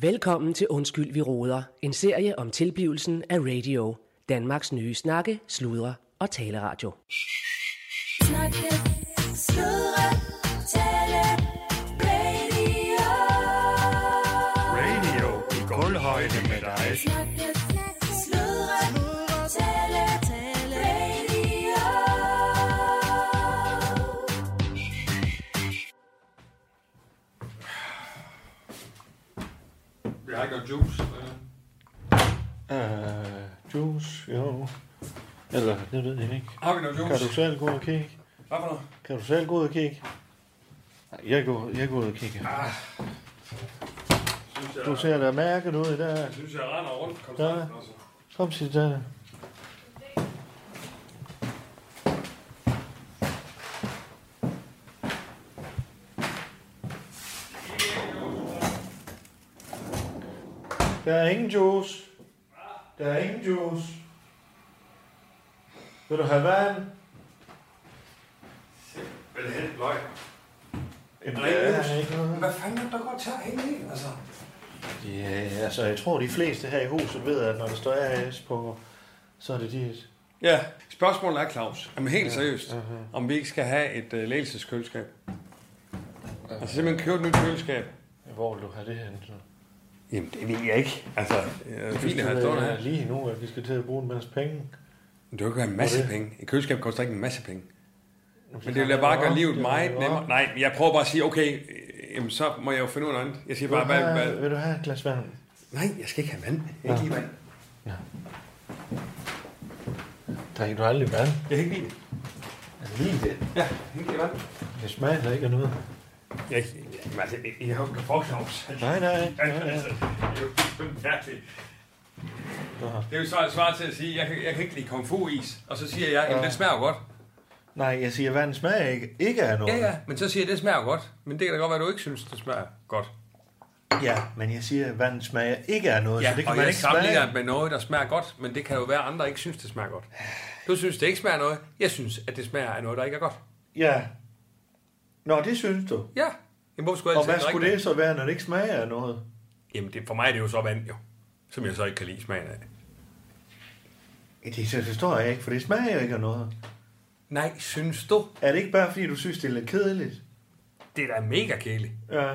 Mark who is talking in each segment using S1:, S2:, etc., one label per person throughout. S1: Velkommen til Undskyld, vi råder. En serie om tilblivelsen af radio. Danmarks nye snakke, sludre og taleradio.
S2: Snakke, sludre, tale, radio.
S3: Radio i gulvhøjde med dig.
S2: Snakke, sludre, tale, tale, radio.
S4: Jeg har godt juice.
S5: Uh, juice, jo. Eller, det ved jeg ikke.
S4: Har vi noget
S5: Kan du
S4: juice?
S5: selv gå ud og kigge?
S4: Hvad for noget?
S5: Kan du selv gå ud og kigge? Nej, Jeg går, jeg går ud og kigger.
S4: Synes jeg,
S5: Du ser da mærket ud i dag.
S4: jeg synes, jeg render rundt konstant.
S5: Ja.
S4: Altså.
S5: Kom, Sitana. Der er ingen juice. Der er ingen juice. Vil du have vand?
S4: Vil det hente løg?
S5: Jamen,
S4: Der er ingen juice.
S5: ikke noget.
S4: Hvad fanden er det, der går til at hænge i? Altså,
S5: Ja, altså jeg tror de fleste her i huset ved, at når der står RS på, så er det dit.
S4: Ja, spørgsmålet er, Claus, jamen helt seriøst, om vi ikke skal have et uh, ledelseskøleskab. Altså simpelthen købe et nyt køleskab.
S5: Hvor vil du have det hen? så?
S4: Jamen, det ved jeg ikke. Altså, det er fint at
S5: Hvis
S4: have
S5: du
S4: stående
S5: ved,
S4: her.
S5: øh, Lige nu, at vi skal til at bruge en masse penge.
S4: Men det kan være en masse
S5: Hvor er
S4: penge. Et køleskab koster ikke en masse penge. Men det
S5: kan
S4: vil jeg øh,
S5: man
S4: bare
S5: jo
S4: gøre
S5: også,
S4: livet
S5: det kan man
S4: meget
S5: jo
S4: nemmere.
S5: også.
S4: Nej, jeg prøver bare at sige, okay, øh, jamen, så må jeg jo finde ud af noget andet. Jeg siger bare,
S5: Vil du
S4: hvad,
S5: have-
S4: hvad?
S5: Vil du have et glas vand?
S4: Nej, jeg skal ikke have vand. Jeg kan ikke lide vand.
S5: Drikker du aldrig vand?
S4: Jeg kan ikke lide det.
S5: Lige det.
S4: Ja, jeg kan ikke lide vand.
S5: Det smager da ikke af noget.
S4: Jeg, jamen, altså, jeg, jeg har jo ikke fuck Claus.
S5: Nej, nej. nej, nej.
S4: Altså, det er jo fuldstændig mærkeligt.
S5: Nå.
S4: Det er jo svært, svært til at sige, jeg kan, jeg kan ikke lide kung fu is, og så siger jeg, jamen det smager jo godt.
S5: Nej, jeg siger, vand smager ikke, ikke af noget.
S4: Ja, ja, men så siger jeg, det smager jo godt. Men det kan da godt være, du ikke synes, det smager godt.
S5: ja men jeg siger, at vand smager ikke af noget,
S4: Ja,
S5: så det kan
S4: og
S5: man
S4: jeg
S5: ikke smage.
S4: sammenligner det med noget, der smager godt, men det kan jo være, at andre ikke synes, det smager godt. Du synes, det ikke smager af noget. Jeg synes, at det smager af noget, der ikke er godt.
S5: Ja. Nå, det synes du.
S4: Ja, jamen, hvorfor skulle jeg
S5: Og
S4: altid
S5: hvad
S4: drikke
S5: skulle det så være, når det ikke smager af noget?
S4: Jamen, det, for mig er det jo så vand, jo. Som jeg så ikke kan lide smagen af.
S5: Det så forstår jeg ikke, for det smager jo ikke af noget.
S4: Nej, synes du?
S5: Er det ikke bare, fordi du synes, det er lidt kedeligt?
S4: Det er da mega kedeligt.
S5: Ja.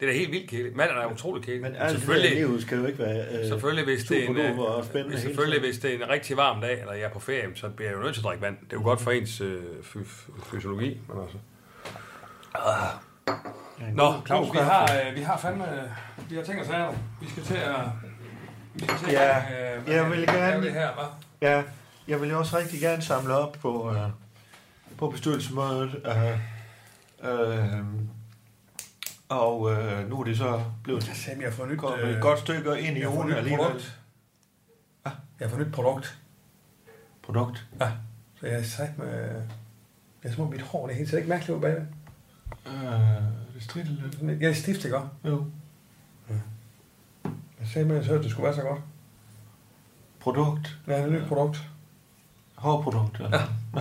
S4: Det er da helt vildt kedeligt. Mand er da utrolig kedeligt.
S5: Men alt det der i
S4: selvfølgelig,
S5: livet skal jo ikke være øh,
S4: selvfølgelig, hvis det er en,
S5: superduper og
S4: øh,
S5: spændende
S4: hvis,
S5: hele
S4: selvfølgelig
S5: tiden.
S4: hvis det er en rigtig varm dag, eller jeg er på ferie, så bliver jeg jo nødt til at drikke vand. Det er jo godt for ens øh, fy- fy- fysiologi. Men altså.
S5: Ja,
S4: Nå,
S5: god-
S4: Claus,
S5: god
S4: vi
S5: kaffe.
S4: har, øh, vi har fandme... Øh, vi har tænkt os her. Vi skal til at... Vi skal til
S5: Ja,
S4: at, øh, hvad
S5: jeg
S4: er
S5: vil
S4: det, hvad er
S5: gerne-
S4: det her, hva'?
S5: Ja, jeg vil jo også rigtig gerne samle op på, øh, på bestyrelsesmødet. Øh, øh, og øh, nu er det så blevet
S4: Sam, jeg har fået nyt,
S5: kommet et godt stykke ind i
S4: jeg har fået
S5: ugen
S4: nyt
S5: alligevel.
S4: produkt. Jeg har fået nyt produkt.
S5: Produkt.
S4: Ja, så jeg er sejt med... Det er som om mit hår, det er helt sikkert ikke mærkeligt ud bagved.
S5: Øh, det strider lidt.
S4: Sådan lidt- Jeg er stift, ikke også?
S5: Jo.
S4: Jeg sagde med, at jeg hørte, at det skulle være så godt.
S5: Produkt.
S4: Hvad er det nyt produkt?
S5: Hårprodukt. Eller? Ja.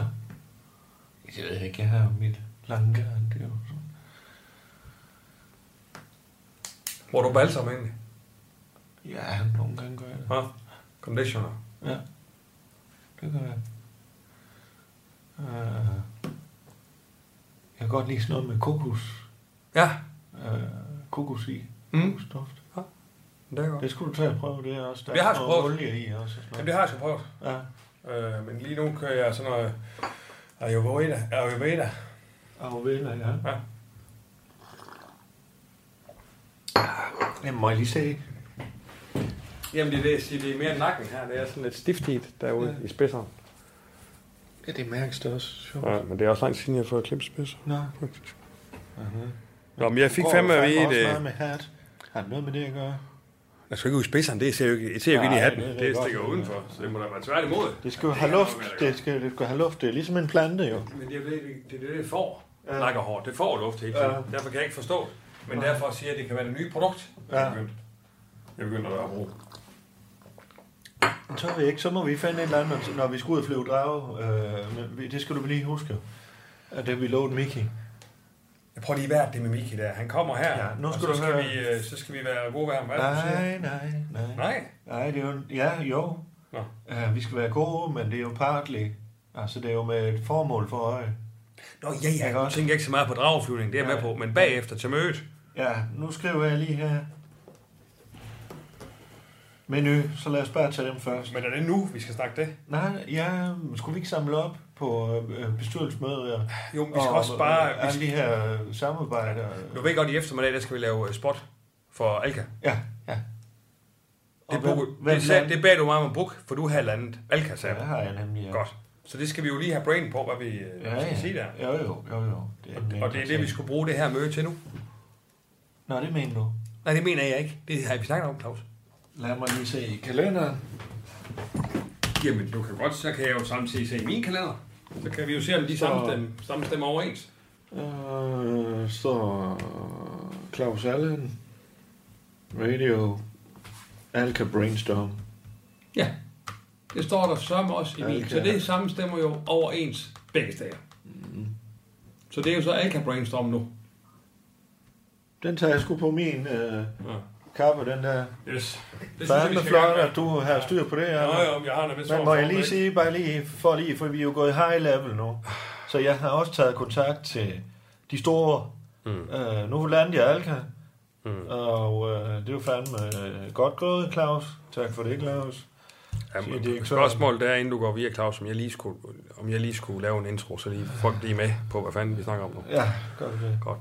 S5: Jeg ved ikke, jeg har mit lange garn. Det er jo sådan.
S4: Bruger du balsam egentlig?
S5: Ja, nogle gange gør jeg det.
S4: Ja. Conditioner.
S5: Ja, det gør jeg. Øh, jeg kan godt lide sådan noget med kokos.
S4: Ja,
S5: Øh, kokos i.
S4: Mm.
S5: Kokosduft.
S4: det er godt.
S5: Det skulle du tage og prøve, det er også. Der
S4: Jeg har
S5: er
S4: sgu
S5: noget
S4: prøvet.
S5: olie i også. og Sådan
S4: Jamen,
S5: noget.
S4: det har jeg sgu prøvet.
S5: Ja.
S4: Øh, men lige nu kører jeg sådan noget... Ayurveda. Ayurveda.
S5: Og vælger, ja.
S4: Ja.
S5: Jamen, må jeg lige se.
S4: Jamen, det er det, jeg siger. Det er mere nakken her. Det er sådan lidt stiftigt derude ja. i spidseren.
S5: Ja, det mærkes det også. Sjovt.
S4: Ja, men det er også langt siden, jeg har fået klippespidser.
S5: Nå.
S4: Nå, men jeg fik
S5: Går
S4: fandme
S5: du
S4: at vide øh,
S5: også
S4: det.
S5: meget med hat. Har det noget med det at gøre?
S4: Jeg skal ikke ud i spidseren, det ser jo ikke, det ser jo ikke
S5: Nej,
S4: ind i hatten.
S5: det-
S4: Det,
S5: det er godt.
S4: stikker udenfor, så det må da være tværtimod.
S5: Det skal jo
S4: Ja,
S5: have
S4: er
S5: luft.
S4: noget med at gøre.
S5: Det skal, det skal have luft. Det er ligesom en plante, jo.
S4: Men det er det, det, det, det får.
S5: Ja.
S4: Nakkerhår, det får luft hele tiden.
S5: Ja.
S4: Derfor kan jeg ikke forstå. det. Men derfor siger jeg, at det kan være det nye produkt.
S5: Ja.
S4: Jeg begyndte, jeg begyndte at bruge.
S5: Så er vi ikke. Så må vi finde et eller andet, når vi skal ud og flyve drage. Øh, men vi- det skal du lige huske. At det vi lovede Miki.
S4: Jeg prøver lige hvert det med Miki der. Han kommer her,
S5: Ja, nu skal
S4: og
S5: du
S4: så,
S5: høre.
S4: skal vi, øh, så skal vi være gode ved ham. Hvad er det, du siger?
S5: Nej, nej, nej.
S4: Nej.
S5: Nej, det er jo... Ja, jo.
S4: Nå.
S5: Uh, vi skal være gode, men det er jo partly. Altså, det er jo med et formål for øje.
S4: Nå, ja, ja.
S5: Jeg kan
S4: Jeg
S5: også-
S4: tænker ikke så meget på drageflyvning, det er jeg med
S5: Nej.
S4: på. Men bagefter til mødet.
S5: Ja, nu skriver jeg lige her. Menu, så lad os bare tage dem først.
S4: Men er det nu, vi skal snakke det?
S5: Nej, ja, skulle vi ikke samle op på øh, bestyrelsesmøder?
S4: Jo, men vi skal også bare... Vi
S5: Alle
S4: skal,
S5: de her øh, samarbejder. øh.
S4: du ved godt, i eftermiddag, der skal vi lave øh, spot for Alka.
S5: Ja, ja.
S4: Det,
S5: Og hvem-
S4: bog,
S5: hvem
S4: det, sag,
S5: blandt-
S4: det bad du mig om at book, for du havde landet Alka, sagde
S5: Ja,
S4: ja.
S5: har jeg nemlig, ja.
S4: Godt. Så det skal vi jo lige have brain på, hvad vi øh,
S5: Ja,
S4: skal
S5: ja. altså-
S4: sige der.
S5: Jo, jo, jo, jo. Det en
S4: Og det er det,
S5: ting.
S4: vi skulle bruge det her møde til nu.
S5: Nå, det mener du.
S4: Nej, det mener jeg ikke. Det har vi snakket om, Claus.
S5: Lad mig lige se i kalenderen.
S4: Jamen, du kan godt, så kan jeg jo samtidig se min kalender. Så kan vi jo se, om de
S5: Så-
S4: sammenstemmer, sammenstemmer overens.
S5: Øh, så Claus Allen, radio, Alka Brainstorm.
S4: Ja, det står der sørme også i min.
S5: Alka.
S4: Så det sammenstemmer jo overens begge steder.
S5: Mhm.
S4: Så det er jo så Alka Brainstorm nu.
S5: Den tager jeg sgu på min øh,
S4: Ja.
S5: kappe, den der.
S4: Yes. Det
S5: Fanden er flot, at du har styr på det her.
S4: Jo, jo, men jeg har en vis
S5: Men
S4: form
S5: må
S4: for
S5: jeg lige
S4: overblik.
S5: sige, bare lige for lige, for vi er jo gået high level nu. Så jeg har også taget kontakt til de store. Mm. Øh, nu landede jeg Alka. Mm. Og øh, det er jo fandme øh, godt gået, Claus. Tak for det, Claus. siger
S4: Jamen,
S5: direktøren.
S4: spørgsmål der, er, inden du går via Claus, om jeg lige skulle, om jeg lige skulle lave en intro, så lige folk lige med på, hvad fanden vi snakker om nu.
S5: Ja, godt det.
S4: Godt.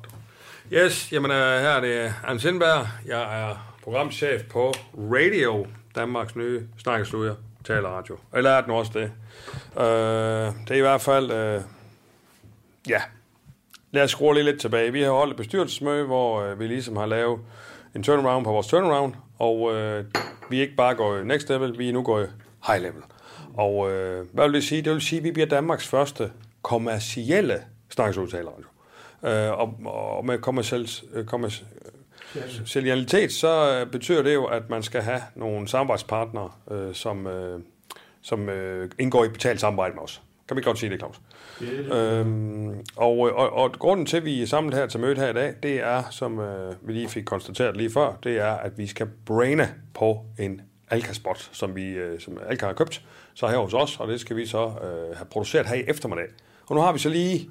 S4: Yes, jamen øh, her er det Anders Sindberg. Jeg er programchef på Radio, Danmarks nye snakkestudier, taleradio. Eller er den også det? Øh, det er i hvert fald, øh, ja. Lad os skrue lige lidt tilbage. Vi har holdt et bestyrelsesmøde, hvor øh, vi ligesom har lavet en turnaround på vores turnaround, og øh, vi er ikke bare gået next level, vi er nu gået high level. Og øh, hvad vil det sige? Det vil sige, at vi bliver Danmarks første kommercielle snakkesudtaler. Øh, og, og med kommerciel, øh, kommers, Salialitet, så øh, betyder det jo, at man skal have nogle samarbejdspartnere, øh, som, øh, som øh, indgår i betalt samarbejde med os. Kan vi godt sige det, Claus? Øhm, og, øh, og, og grunden til, at vi er samlet her til mødet her i dag, det er, som øh, vi lige fik konstateret lige før, det er, at vi skal braine på en Alka-spot, som, vi, øh, som Alka har købt, så her hos os, og det skal vi så øh, have produceret her i eftermiddag. Og nu har vi så lige,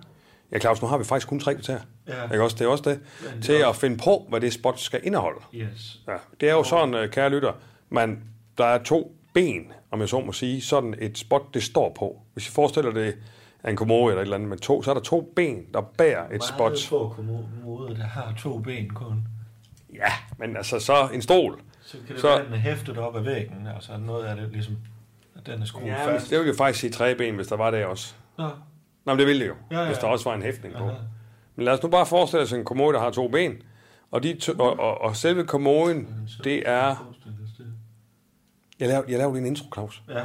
S4: ja Claus, nu har vi faktisk kun tre kvarter,
S5: Ja.
S4: ikke også? Det er også det, til at finde på, hvad det spot skal indeholde.
S5: Yes.
S4: Ja, det er jo sådan, øh, kære lytter, man, der er to ben, om jeg så må sige, sådan et spot, det står på. Hvis I forestiller det af en kommode eller et eller andet med to, så er der to ben, der bærer et spot.
S5: Meget få kommoder, der har to ben kun.
S4: Ja, men altså så en stol.
S5: Så kan det
S4: Så-
S5: så... være, at den er hæftet op ad væggen. Altså noget af det ligesom, at den er skruet ja,
S4: Ja,
S5: fast.
S4: det ville jo faktisk sige tre ben, hvis der var det også.
S5: Nå,
S4: Nå, men det ville det jo, ja,
S5: Ja,
S4: ja.
S5: ja.
S4: hvis der også var en hæftning på.
S5: Aha.
S4: Men lad os nu bare forestille os en kommode, der har to ben. Og, de to, og, og, og selve kommoden, det er... Jeg laver, jeg laver lige en intro, Claus.
S5: Ja,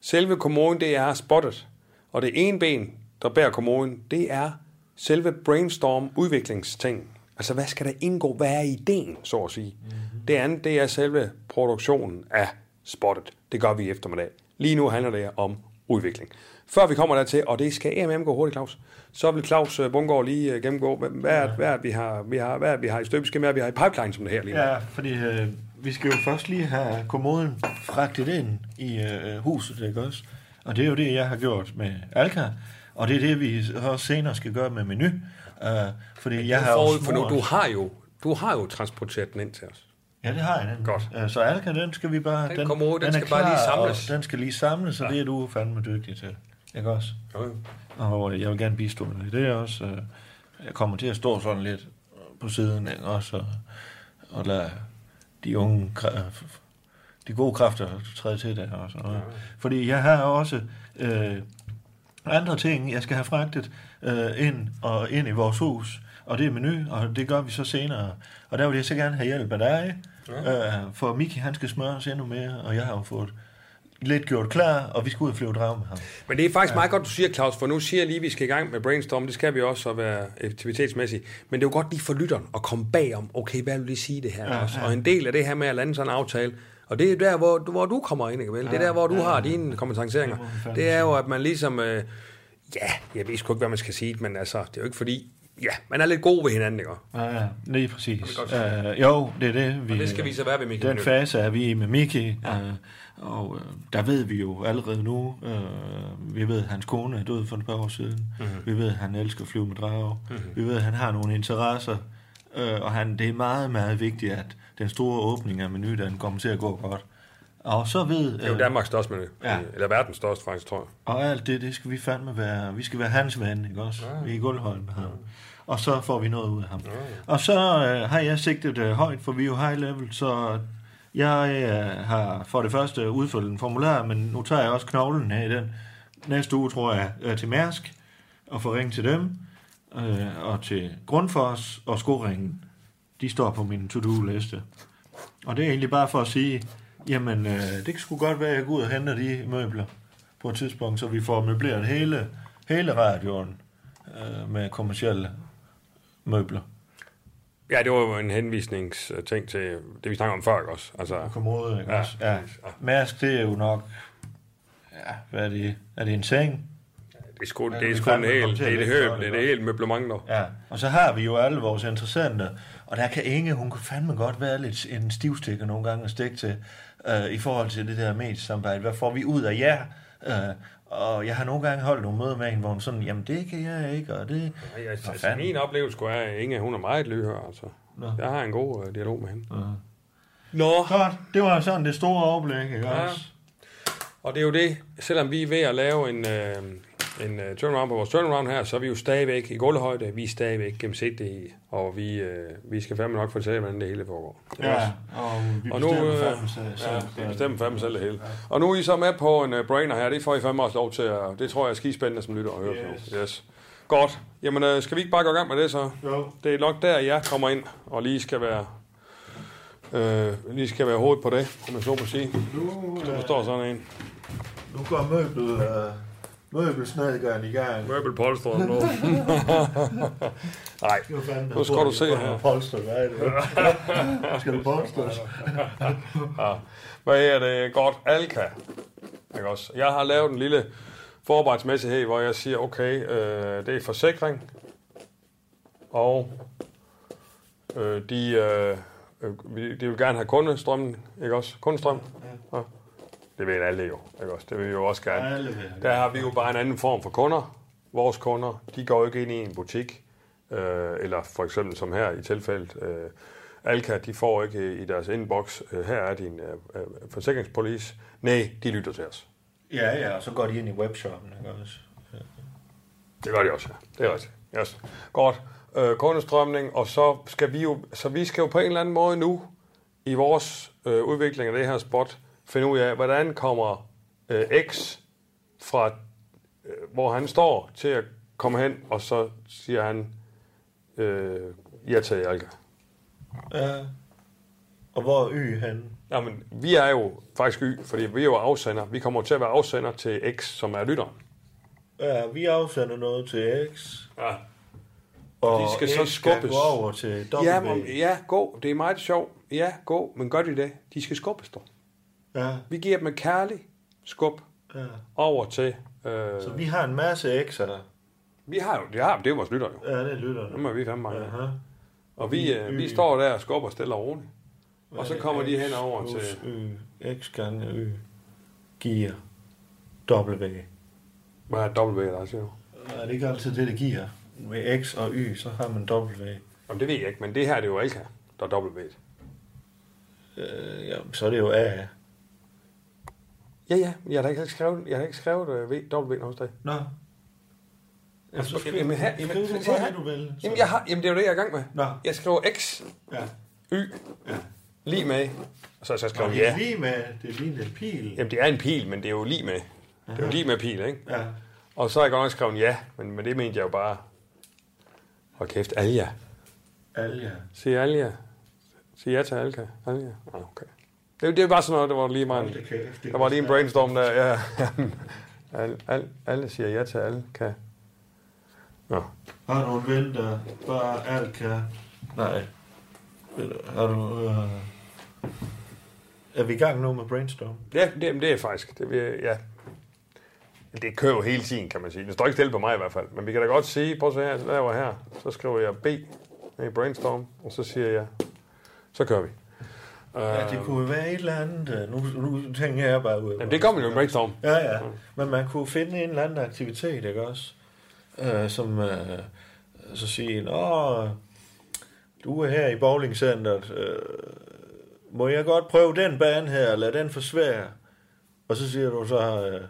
S4: Selve kommoden, det er spottet. Og det ene ben, der bærer kommoden, det er selve brainstorm-udviklingstingen. Altså, hvad skal der indgå? Hvad er ideen, så at sige?
S5: Mhm.
S4: Mm-hmm. Det andet, det er selve produktionen af spottet. Det gør vi i eftermiddag. Lige nu handler det om udvikling. Før vi kommer dertil, og det skal EMM gå hurtigt, Claus, så vil Claus øh, Bundgaard lige øh, gennemgå, hvad, hvad, er, hvad, er, det, vi har, vi har, hvad er, det, vi har i støbeskema, hvad er, det, vi har i pipeline, som det her lige nu.
S5: ja fordi øh, vi skal jo først lige have kommoden fragtet ind i øh, huset, ikke også? Og det er jo det, jeg har gjort med Alka. Og det er det, vi også senere skal gøre med menu. Øh, fordi jeg har jo
S4: Forud for nu,
S5: smurt-
S4: du har jo, du har jo transporteret den ind til os.
S5: Ja, det har jeg nemlig.
S4: Godt.
S5: Øh, Så Alka, den skal vi bare...
S4: Den kommer ud, den
S5: er
S4: skal bare lige
S5: klar, og
S4: samles.
S5: Den skal lige samles, og det er du fandme dygtig til. Ikke også?
S4: Jo, jo.
S5: Og øh, jeg vil gerne bistå dig i det også. øh. Jeg kommer til at stå sådan lidt øh, på siden ikke også, og, og lade de unge, kræ- f- f- de gode kræfter træde til der også. Og, fordi jeg har også øh, andre ting, jeg skal have fragtet øh, ind, og ind i vores hus, og det er menu, og det gør vi så senere. Og der vil jeg så gerne have hjælp af dig, ja. øh, for Miki han skal smøre os endnu mere, og jeg har jo fået lidt gjort klar, og vi skal ud og flyve drag med ham.
S4: Men det er faktisk ja. meget godt, du siger, Claus, for nu siger jeg lige, at vi skal i gang med brainstorm. Det skal vi også og være effektivitetsmæssigt. Men det er jo godt lige for lytteren at komme bagom, okay, hvad vil det sige det her ja, også? Og en del af det her med at lande sådan en aftale, og det er der, hvor, hvor du kommer ind, ikke vel? Det er der, hvor du ja, har dine kompetenceringer.
S5: Det må man fandme
S4: Det er jo, at man ligesom... Øh, ja, jeg ved sgu ikke, hvad man skal sige, men altså, det er jo ikke fordi, ja, man er lidt god ved hinanden, ikke? også?
S5: Ja, ja, lige præcis.
S4: Kan vi
S5: Uh, jo, det er det. Vi,
S4: Og det skal vi så være ved Michael
S5: Den
S4: Nøkken.
S5: fase er vi i med Miki, ja. uh, og uh, der ved vi jo allerede nu, uh, vi ved, at hans kone er død for et par år siden,
S4: Mhm.
S5: mm-hmm. vi ved, at han elsker at flyve med drager, mm-hmm. vi ved, at han har nogle interesser, uh, og han, det er meget, meget vigtigt, at den store åbning af menu, den kommer til at gå godt. Og så ved...
S4: Det er jo
S5: øh,
S4: Danmarks største menu.
S5: Ja.
S4: Ja. Eller verdens største, faktisk, tror jeg.
S5: og alt det, det skal vi fandme være, vi skal være hans ven, ikke også? Ja. Vi er i guldhøjde med ham. Og så får vi noget ud af ham. Ja. Og så øh, har jeg sigtet øh, højt, for vi er jo high level, så jeg øh, har for det første udfyldt en formular, men nu tager jeg også knoglen af i den. Næste uge, tror jeg, øh, til Mærsk, og får ring til dem, øh, og til Grundfos og Skoringen. De står på min to-do-liste. Og det er egentlig bare for at sige, jamen øh, det kan sgu godt være, at jeg går ud og henter de møbler på et tidspunkt, så vi får møbleret hele, hele radioen øh, med kommersielle møbler.
S4: Ja, det var jo en henvisningsting til det, vi snakkede om før, ikke også? Altså,
S5: Kommode, ikke
S4: Ja,
S5: også? Ja.
S4: præcis.
S5: Mærsk, det er jo nok... Ja, hvad er det? Er det en seng?
S4: det er sgu,
S5: Ja,
S4: det er
S5: vi
S4: sgu en
S5: fandme kom
S4: hel,
S5: til
S4: det er
S5: at
S4: det
S5: lægge for
S4: hele,
S5: det,
S4: det er
S5: ikke
S4: det hele møblement, dog.
S5: Ja. Og så har vi jo alle vores interessante, og der kan Inge, hun kan fandme godt være lidt en stivstikker nogle gange at stikke til, øh, i forhold til det der mediesamarbejde. Hvad får vi ud af jer? Øh, og jeg har nogle gange holdt nogle møder med hende, hvor hun sådan, jamen det kan jeg ikke, og det...
S4: Ej, altså,
S5: For
S4: altså,
S5: fanden.
S4: min oplevelse skulle være, at Inge, hun er meget lydhør, altså.
S5: Nå.
S4: Jeg har en god øh, dialog med hende. Nå,
S5: Godt, det var sådan det store overblik, ikke
S4: Ja.
S5: også?
S4: og det er jo det, selvom vi er ved at lave en, øh, en øh, turnaround på vores turnaround her, så er vi jo stadigvæk i gulvhøjde, vi er stadigvæk gennemsigtige, og vi, øh, vi skal fandme nok fortælle, hvordan det hele foregår. Det er også-
S5: Ja, og vi
S4: Og nu,
S5: bestemmer
S4: øh,
S5: fandme selv.
S4: Ja,
S5: selv.
S4: vi bestemmer fandme selv det hele. Og nu er I så med på en uh, brainer her. Det får I fandme også lov til at... Det tror jeg er skispændende som lytter og hører yes.
S5: Yes.
S4: på. Yes. Godt. Jamen, uh, skal vi ikke bare gå i gang med det så?
S5: Jo.
S4: Det er nok der, jeg kommer ind og lige skal være... Øh, lige skal være hovedet på det, om jeg så må sige.
S5: Nu,
S4: Du
S5: øh,
S4: forstår sådan en.
S5: nu går møbel, øh, møbelsnedgøren i gang.
S4: Møbelpolstret nu. Nej.
S5: Det var fandme-
S4: Nu skal du se her.
S5: Polster, hvad er det? Skal du polstres?
S4: Hvad er det? Godt Alka. Ikke også? Jeg har lavet en lille forarbejdsmæssighed, hvor jeg siger, okay, øh, det er forsikring, og øh, de, øh, øh, vi- de vil gerne have kundestrømmen, ikke også? Kundestrøm? Ja. Det vil alle jo, ikke også? Det vil vi jo også gerne.
S5: Alle vil.
S4: Der har vi jo bare en anden form for kunder. Vores kunder, de går jo ikke ind i en butik, øh, eller for eksempel som her i tilfældet, øh, Alka, de får ikke øh, i deres inbox, øh, her er din øh, øh, forsikringspolice. Nej, de lytter til os.
S5: Ja, ja, og så går de ind i webshoppen, ikke også?
S4: Det gør de også, ja. Det er rigtigt. Yes. Godt. Øh, kundestrømning, og så skal vi jo, så vi skal jo på en eller anden måde nu, i vores øh, udvikling af det her spot, finde ud af, hvordan kommer øh, X fra, øh, hvor han står, til at komme hen, og så siger han, øh, ja til Alka.
S5: Ja. Og hvor er Y henne?
S4: Jamen, vi er jo faktisk y, fordi vi er jo afsender. Vi kommer til at være afsender til X, som er lytteren.
S5: Ja, vi afsender noget til X.
S4: Ja.
S5: Og
S4: De skal
S5: X
S4: så skubbes.
S5: gå over til W.
S4: Ja, men, ja, gå. Det er meget sjovt. Ja, gå. Men gør de det? De skal skubbes dog.
S5: ja,
S4: Vi giver dem en kærlig skub
S5: ja.
S4: over til... Øh,
S5: Så vi har en masse X'er.
S4: vi har jo... Det, har, det er jo vores lytter jo.
S5: Ja, det lytter
S4: Dem er vi fandme mange. af.
S5: Aha.
S4: Og vi, øh, vi står der og skubber stille og roligt. Og så kommer de hen over
S5: X
S4: til...
S5: Y, X gange Y, gear, W.
S4: Hvad er W, der siger du?
S5: Er det ikke altid det, det giver? Med X og Y, så har man W.
S4: Jamen, det ved jeg ikke, men det her det er jo Alka, der er W.
S5: Øh, ja, så er det jo A.
S4: Ja, ja, men jeg har da ikke skrevet, jeg har da ikke skrevet øh, V, W hos dig.
S5: Nå. Altså, Jamen, så skriv,
S4: Jamen, her- jamen,
S5: skriv nu
S4: se
S5: bare,
S4: her.
S5: hvad du vil. Så.
S4: Jamen, jeg har, jamen, det er jo det, jeg er i gang med.
S5: Nå.
S4: Jeg skriver X,
S5: Ja.
S4: Y,
S5: Ja.
S4: lige med. Og så, så
S5: Nå,
S4: skriver jeg
S5: det er
S4: ja.
S5: lige med, det er lige en pil.
S4: Jamen, det er en pil, men det er jo lige med. Det er jo lige med pil, ikke?
S5: Ja.
S4: Og så har jeg godt nok skrevet ja, men, men det mente jeg jo bare. Hold kæft, Alja.
S5: Alja.
S4: Sig Alja. Sig ja til Alka. Alja. Ah, okay. Det, det var bare sådan noget, der var lige mig. en-
S5: Hold da kæft, det
S4: Der var lige en
S5: var
S4: brainstorm der. Ja. al, al, alle siger ja til Alka. Nå.
S5: Har du en ven, der bare alt kan? Nej. Eller Har du... Øh... Er vi i gang nu med brainstorm?
S4: Ja, det, det er faktisk. Det, vil- ja. Det kører jo hele tiden, kan man sige. Det står ikke stille på mig i hvert fald. Men vi kan da godt sige, prøv at se her, så laver jeg her. Så skriver jeg B ned i brainstorm, og så siger jeg, så kører vi. Øh,
S5: Ja, det kunne være et eller andet. øh, Nu, nu tænker jeg bare ud.
S4: Jamen, det kommer jo i brainstorm.
S5: Ja, ja. Men man kunne finde en eller anden aktivitet, ikke også? Øh, som øh, så sige, åh, du er her i bowlingcenteret. Øh, må jeg godt prøve den bane her, lad den forsvære? Og så siger du så, øh,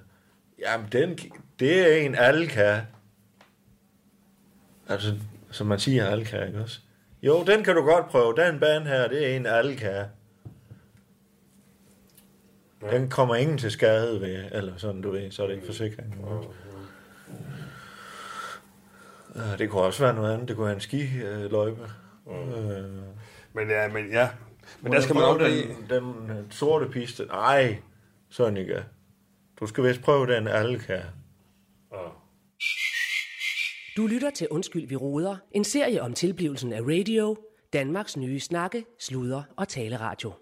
S5: jamen, den, det er en alle kan. Altså, som man siger, alle kan, ikke også? Jo, den kan du godt prøve. Den bane her, det er en alle kan. Ja. Den kommer ingen til skade ved, eller sådan du ved, så er det ikke forsikring. Mm. Ja. Det kunne også være noget andet. Det kunne være en skiløjpe. Øh,
S4: Men ja, men ja. Men
S5: må
S4: der
S5: jeg
S4: skal man
S5: prøve
S4: også blive...
S5: den, den øh, sorte piste. Nej, Sønneke. Du skal vist prøve den alka.
S1: Du lytter til Undskyld, vi roder, en serie om tilblivelsen af radio, Danmarks nye snakke, sludre og taleradio.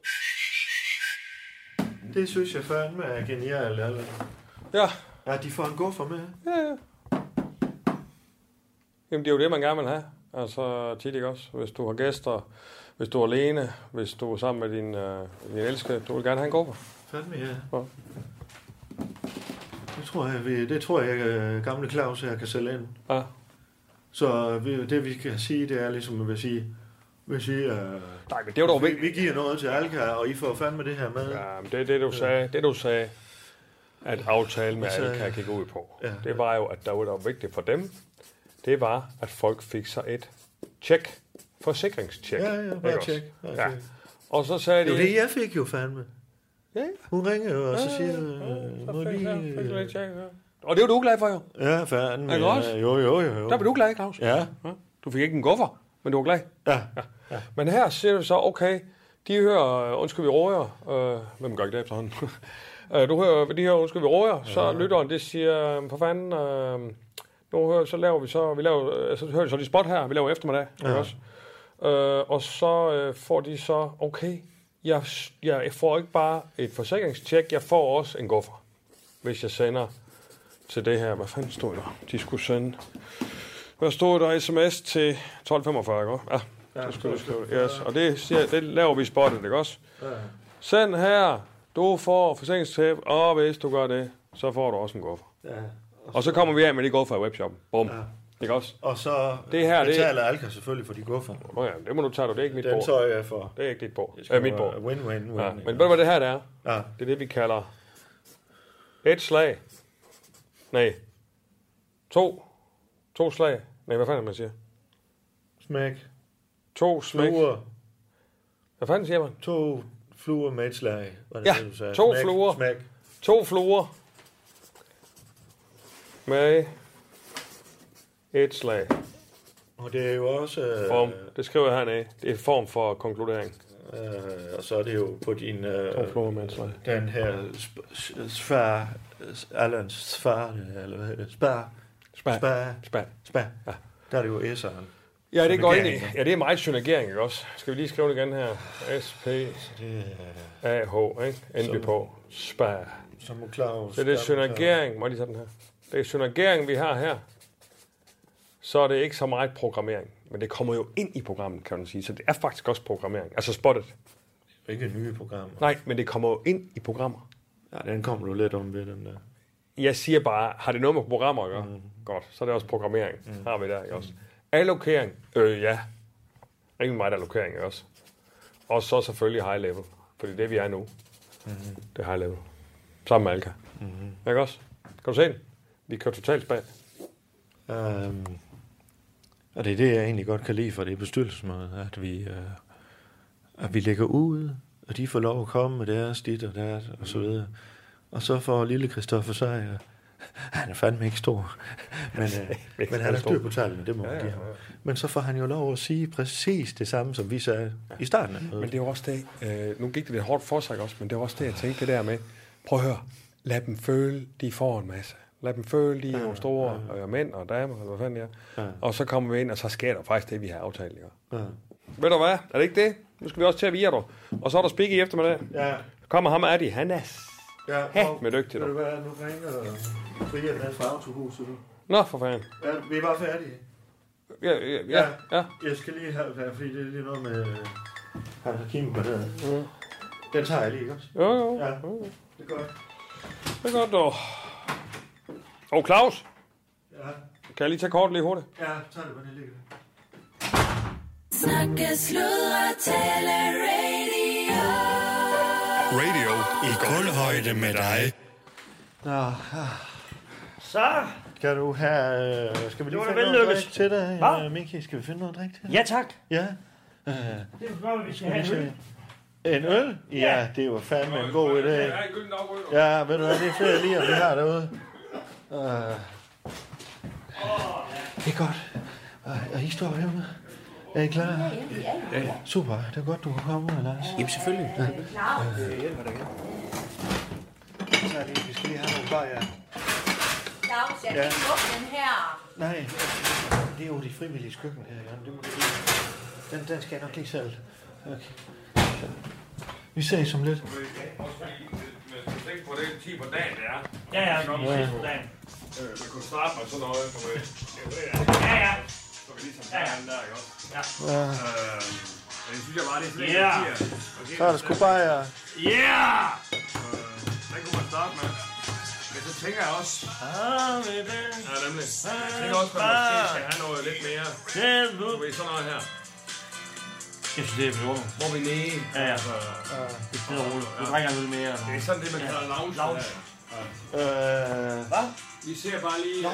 S5: Det synes jeg fandme er genialt. altså.
S4: Ja,
S5: Ja, de får en guffer med.
S4: Jamen, det er jo det, man gerne vil have. Altså tit ikke også. Hvis du har gæster, hvis du er alene, hvis du er sammen med din, øh, din elskede, du vil gerne have en gruppe.
S5: Fandme ja.
S4: Ja.
S5: Det tror jeg, vi, det tror jeg øh, gamle Claus her kan sælge ind.
S4: Ja.
S5: Så vi, det vi kan sige, det er ligesom, at vi siger, hvis I, øh,
S4: Nej, men det var dog
S5: vi,
S4: vigtigt.
S5: vi giver noget til Alka, og I får fandme det her med.
S4: Ja, men det er det, du sagde. Det, du sagde, at aftalen med
S5: Altså,
S4: alle kan gik ud på.
S5: ja.
S4: Det var jo, at der var der var vigtigt for dem. Det var, at folk fik sig et tjek. Forsikringstjek.
S5: Ja, ja,
S4: Ikke
S5: bare
S4: også?
S5: tjek, bare
S4: Ja.
S5: tjek.
S4: Og så sagde
S5: Det
S4: de...
S5: var det, jeg fik jo fandme.
S4: Ja,
S5: Hun ringer jo, og så siger,
S4: så
S5: øh, må jeg
S4: fik jeg- fik
S5: lige...
S4: jeg lidt
S5: Øh,
S4: tjek, ja. Og det var du glad for, jo.
S5: ja, fanden.
S4: Er det godt?
S5: Ja, jo, jo, jo. jo.
S4: Der blev du glad, Claus.
S5: Ja,
S4: Ja. Du fik ikke en guffer, men du var glad.
S5: ja.
S4: Ja. Men her siger du så, okay, de hører, øh, undskyld vi råger, øh, hvem gør ikke det efterhånden? Øh, du hører, de hører, undskyld vi råger, så lytteren det siger, "Øhm, for fanden, øh, nu hører, så laver vi så, vi laver, øh, så hører de så de spot her, vi laver eftermiddag, ja. også? Øh, og så øh, får de så, okay, jeg, jeg får ikke bare et forsikringstjek, jeg får også en guffer, hvis jeg sender til det her, hvad fanden stod der? De skulle sende, hvad stod der sms til 12.45, ikke? også? Ja, så skulle du skrive det. Yes. Og det, siger, det laver vi i spottet, ikke også? Send her, du får forsikringstab, og hvis du gør det, så får du også en guffer.
S5: ja.
S4: Og så kommer vi af med de guffer i webshoppen. Bum. Ikke også?
S5: Og så
S4: Det her, det-
S5: betaler det... Alka selvfølgelig for de guffer.
S4: Nå ja, det må du tage, du. det er ikke mit
S5: Den
S4: bord.
S5: så jeg for.
S4: Det er ikke dit bord.
S5: Det
S4: Øh, mit bord.
S5: Win, win, win.
S4: Ja, men ved du, hvad det her det er?
S5: Ja.
S4: Det er det, vi kalder et slag. Nej. To. To slag. Nej, hvad fanden er det, man siger?
S5: Smæk.
S4: To smæk.
S5: Fluer.
S4: Hvad fanden siger man?
S5: To fluer med et slag. Var det
S4: Ja,
S5: det, du sagde?
S4: to
S5: Smæk,
S4: fluer.
S5: Smæk.
S4: To fluer med et slag.
S5: Og det er jo også... Øh,
S4: Form. Det skriver jeg hernede. Det er form for konkludering.
S5: øh, og så er det jo på din... Øh,
S4: fluer med et slag.
S5: den her sp- s- sfær... s- Allans sfær, eller hvad hedder det? Spær.
S4: Spær.
S5: Spær.
S4: Spær.
S5: Spær.
S4: Ja.
S5: Der er det jo S'eren.
S4: Ja, det går ind i.
S5: Synergering,
S4: Ja, det er meget synergering, ikke også? Skal vi lige skrive det igen her? S, P,
S5: Det er, øh,
S4: A, H, ikke? N, B, på. Spær.
S5: som må Claus...
S4: Så det er
S5: der-
S4: synergering. Må jeg lige tage den her? Det er synergering, vi har her. Så er det ikke så meget programmering. Men det kommer jo ind i programmet, kan man sige. Så det er faktisk også programmering. Altså spottet.
S5: Ikke nye programmer.
S4: Nej, men det kommer jo ind i programmer.
S5: Ja, den kommer du lidt om ved, den der.
S4: Jeg siger bare, har det noget med programmer at gøre? Mm. Godt, så er det også programmering. Mm. Har vi der, ikke også? Allokering? Øh, ja. Rimelig meget allokering, ikke også? Og så selvfølgelig high level, for det er det, vi er nu. Mm. Det er high level. Sammen med Alka. Mm. Ikke også? Kan du se den? Vi kører totalt spag.
S5: Um, og det er det, jeg egentlig godt kan lide for det bestyrelsesmøde, at vi, uh, at vi lægger ud, og de får lov at komme med deres dit og deres, og så videre. Og så får lille Christoffer Seier, han er fandme ikke stor, men, uh, men han er styr på tallene, det må man ja, give ham. Men så får han jo lov at sige præcis det samme, som vi sagde i starten af
S4: Men
S5: mødet.
S4: det er jo også det, øh, nu gik det lidt hårdt for sig ikke også, men det er også det, jeg tænkte det der med, prøv at høre, lad dem føle, de får en masse. Lad dem føle, de er nogle store øh, mænd og damer, eller hvad fanden det er. Og så kommer vi ind, og så sker der faktisk det, vi har aftalt. Ikke?
S5: Ja.
S4: Ved du hvad? Er det ikke det? Nu skal vi også til at vire dig. Og så er der spik i eftermiddag.
S5: Ja.
S4: Kommer ham Adi. Han er
S5: Ja,
S4: Ha, men dygtig,
S5: Ved
S4: du.
S5: du hvad, nu ringer Fria Plads fra Autohuset. nu.
S4: Nå, for fanden.
S5: Ja, vi er bare færdige.
S4: Ja, ja, ja. ja.
S5: Jeg skal lige have, have- fordi det er lige noget med... øh, Hans Hakim, hvad hedder det? Den tager jeg lige, ikke også?
S4: Jo, jo.
S5: Ja,
S4: jo, jo.
S5: det er godt.
S4: Det er godt, dog. Og Claus,
S5: Ja,
S4: kan jeg lige tage kort lige hurtigt?
S5: ja, tager det, hvor det ligger.
S2: Snakke, sludre, tale, radio.
S3: Radio i kulhøjde med dig.
S5: Nå, ah,
S6: Så,
S5: skal du have... øh, Skal vi lige
S6: Det var da
S5: finde noget
S6: vellykket.
S5: drik til dig,
S6: Hvad?
S5: øh, Miki? Skal vi finde noget drik til dig?
S6: ja tak.
S5: Ja. Øh,
S6: Det er godt, vi skal have en
S5: skal
S6: øl.
S5: vi se. en øl? Ja, det var fandme en god idé.
S4: er ikke ja.
S5: Ja, ved du hvad, det er fedt lige, at vi har derude. Uh, det er godt. Uh, og I står herude. Er I klar? Ja, ja, ja. Super, det er godt, du kan komme ud, Lars.
S1: Jamen selvfølgelig.
S5: Øh. Så er det, vi skal lige have nogle bajer.
S7: Claus, jeg
S5: Ja.
S7: kan ikke åbne den her.
S5: Nej, det er jo de frivillige køkken her, Jørgen. Det må du lige. Den, den skal jeg nok lige selv. Okay. Så. Vi ses om lidt.
S4: Også fordi, hvis du tænker på det 10 på dagen, det er.
S6: Ja, ja,
S5: Ja.
S6: ja.
S4: Øh, man kunne starte med sådan noget, du ved. Det er jo det, ja.
S6: Ja, ja.
S4: Så vi ligesom tager han der, ikke også?
S5: Ja.
S4: Øh, men jeg synes jeg bare, det er flere
S6: Ja.
S5: Så er der sgu øh, bajer.
S6: Yeah!
S4: Øh, Den kunne man starte med. Men så tænker jeg også,
S6: Ah, baby.
S4: ja, nemlig. Jeg tænker også, at man måske skal have noget lidt mere.
S6: Tell
S4: Du
S6: me.
S4: ved, sådan noget her.
S6: Jeg synes, det er for
S4: Hvor vi lige...
S6: Ja, ja.
S4: Altså,
S6: Det er fedt og roligt. Du drikker en øl mere. eller
S4: det
S6: noget.
S4: er sådan det, man kalder lounge.
S6: Lounge.
S4: her.
S5: Øh, hvad?
S4: Vi ser bare lige...
S5: Nå,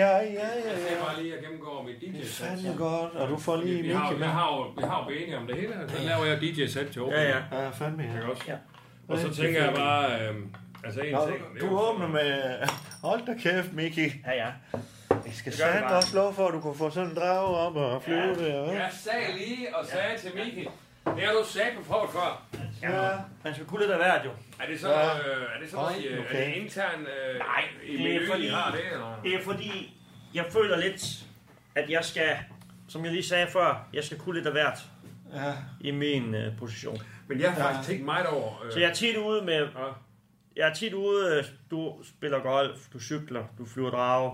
S5: ja, ja, ja,
S4: Jeg ser
S5: ja.
S4: bare lige, at gennemgår mit dj sæt
S5: Fanden godt. Og du får lige
S4: Vi har,
S5: Miki
S4: vi
S5: med.
S4: har, jo, vi har jo været enige om det hele. Så laver jeg DJ-sæt til åbning.
S6: Ja, ja.
S5: Ja, fandme, ja.
S4: Ikke også?
S6: Ja.
S4: Og så tænker jeg bare... Øh, altså, en
S5: Nå,
S4: ting... det er
S5: du
S4: jo-
S5: åbner med... Hold da kæft, Miki.
S6: Ja, ja.
S5: Jeg skal
S6: Det gør vi
S5: sandt
S6: bare.
S5: også lov for, at du kunne få sådan en drage op og flyve ja. der. Ja.
S4: Jeg sagde lige og sagde til Miki, det har du sagt på prøvet før.
S5: ja.
S6: Man skal kunne lidt af hvert, jo.
S4: Er det sådan,
S5: Ja.
S4: øh, er det sådan,
S5: Ej,
S4: at, øh,
S5: okay.
S4: er det intern øh,
S6: Nej,
S4: i
S6: det er
S4: menuen, I
S6: fordi-
S4: har det? Eller?
S6: Det er fordi, jeg føler lidt, at jeg skal, som jeg lige sagde før, jeg skal kunne lidt af hvert
S5: ja.
S6: i min øh, position.
S4: Men jeg har faktisk tænkt meget over... Øh,
S6: Så jeg er tit ude med,
S4: ja.
S6: jeg er tit ude, øh, du spiller golf, du cykler, du flyver drage,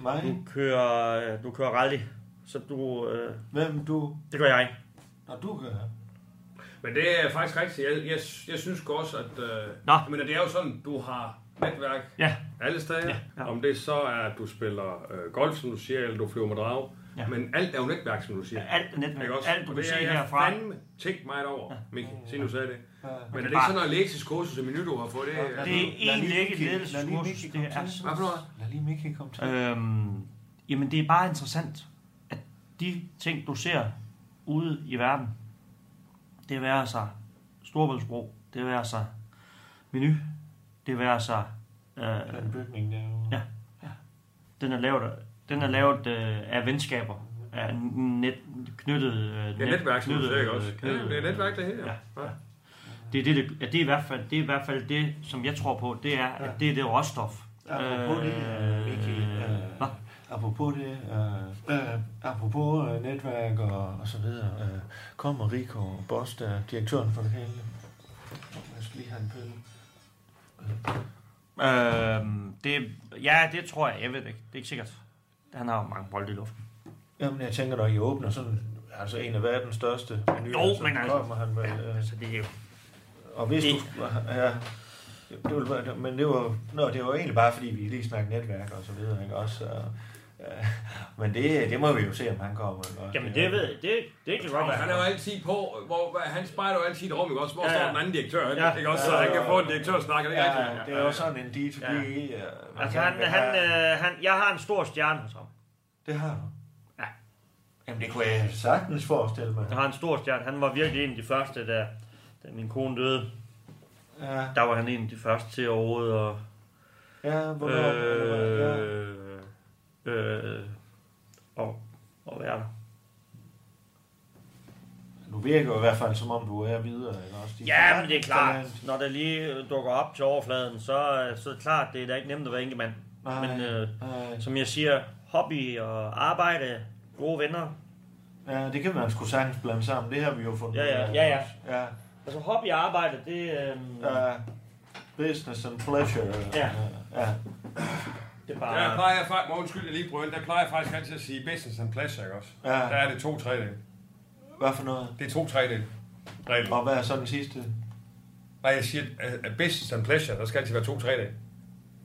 S5: Mig?
S6: du kører, øh, du kører rally. Så du, øh,
S5: Hvem du?
S6: det gør jeg.
S5: Når du gør.
S4: Men det er faktisk rigtigt. Jeg, jeg, jeg synes også, at... Øh,
S6: Nå.
S4: Jeg mener, det er jo sådan, du har netværk
S6: Ja.
S4: alle steder. Ja,
S6: Ja,
S4: ja.
S6: ja.
S4: Om det så er, at du spiller øh, golf, som du siger, eller du flyver med drag. Ja.
S6: Ja.
S4: Men alt er jo netværk, som du siger.
S6: Alt er
S4: Ikke
S6: netværk,
S4: også?
S6: alt du
S4: Og
S6: kan
S4: det
S6: se
S4: er jeg
S6: herfra.
S4: fandme tænkt meget over, Mikkel, siden du sagde det. Men er det ikke
S6: bare-
S4: sådan noget lektisk kursus i menu, du har fået? Det, øh,
S6: Det er egentlig ikke et
S5: Lad lige Miki
S6: ledelseskursus, det
S5: komme
S6: er
S5: til.
S4: Hvad for noget?
S5: Lad lige Miki komme til.
S6: Øhm, jamen, det er bare interessant, at de ting, du ser ude i verden, det være sig Storbæltsbro, det være sig menu, det være sig... Øh,
S5: Den bygning derovre.
S6: Ja. den er lavet, den er lavet øh, af venskaber, af net, knyttet... Øh,
S4: Det er netværk, som du
S6: knyttet,
S4: sagde, ikke
S6: øh,
S4: også? Ja,
S6: knyttet,
S4: det er netværk, det her.
S6: Ja,
S4: Ja.
S6: Det er, det, det, ja, det, er i hvert fald, det er i hvert fald det, som jeg tror på, det er, at det er det råstof.
S5: Apropos det, øh, Miki.
S6: hvad?
S5: Øh, apropos det, øh, øh, apropos øh, netværk og, og så videre. Øh, kommer Rico og Boss, der er direktøren for det hele. Jeg skal lige have en pille.
S6: Øhm, det, ja, det tror jeg. Jeg ved det ikke. Det er ikke sikkert. Han har jo mange bolde i luften.
S5: Jamen, jeg tænker, når I åbner sådan, altså en af verdens største menuer,
S6: Jo,
S5: så
S6: men altså-
S5: kommer han vel...
S6: Ja,
S5: Øh,
S6: altså, det er jo...
S5: og hvis du...
S6: det-
S5: Ja, det ville, være- men det var, nå, det var egentlig bare, fordi vi lige snakkede netværk og så videre, ikke også? Og, ja, men det, det må vi jo se, om han kommer. Ikke? også?
S6: Jamen, det ved Det, det kan godt være.
S4: Han er jo altid på, hvor, hvad- han spejder jo altid et rum, ikke også? Hvor
S6: Ja, ja.
S4: står den anden direktør? Ja.
S6: Ja.
S4: Ikke også? Så han kan få en direktør snakke, det er ikke Altså,
S5: Ja,
S4: rigtigt.
S5: det er jo sådan en D2B. Ja. øh, man
S6: Altså,
S5: gerne
S6: han,
S5: vil
S6: han,
S5: have.
S6: øh, han, jeg har en stor stjerne hos ham.
S5: Det har du.
S6: Ja.
S5: Jamen, det kunne jeg sagtens forestille mig.
S6: Jeg har en stor stjerne. Han var virkelig en af de første, da, da min kone døde.
S5: Ja,
S6: Der var han en af de første til overhovedet. Og,
S5: ja hvornår? Øh, ja.
S6: øh, øh, og, og være der.
S5: Du virker jo i hvert fald, som om du er videre, ikke også? Din
S6: Ja, men det er klart.
S5: talent.
S6: Når der lige øh, dukker op til overfladen, så, øh, så er det klart, det er da ikke nemt at være enkemand.
S5: Nej.
S6: Men øh,
S5: Nej.
S6: som jeg siger, hobby og arbejde, gode venner.
S5: Ja, det kan man sgu sagtens blande sammen. Det har vi jo fundet.
S6: Ja, ja,
S5: ud af.
S6: ja, ja.
S5: ja.
S6: Altså hobby og arbejde, det... Øh,
S5: ja. Business and pleasure.
S6: Ja.
S5: ja.
S6: Det
S4: Der
S6: er bare...
S4: plejer jeg faktisk, må undskylde jeg lige brød, der plejer jeg faktisk altid at sige business and pleasure, ikke også?
S5: Ja.
S4: Der er det to tredjedel.
S5: Hvad for noget?
S4: Det er to tredjedel. Reglen.
S5: Og hvad er så den sidste?
S4: Nej, jeg siger, at- at business and pleasure, der skal altid være to tredjedel.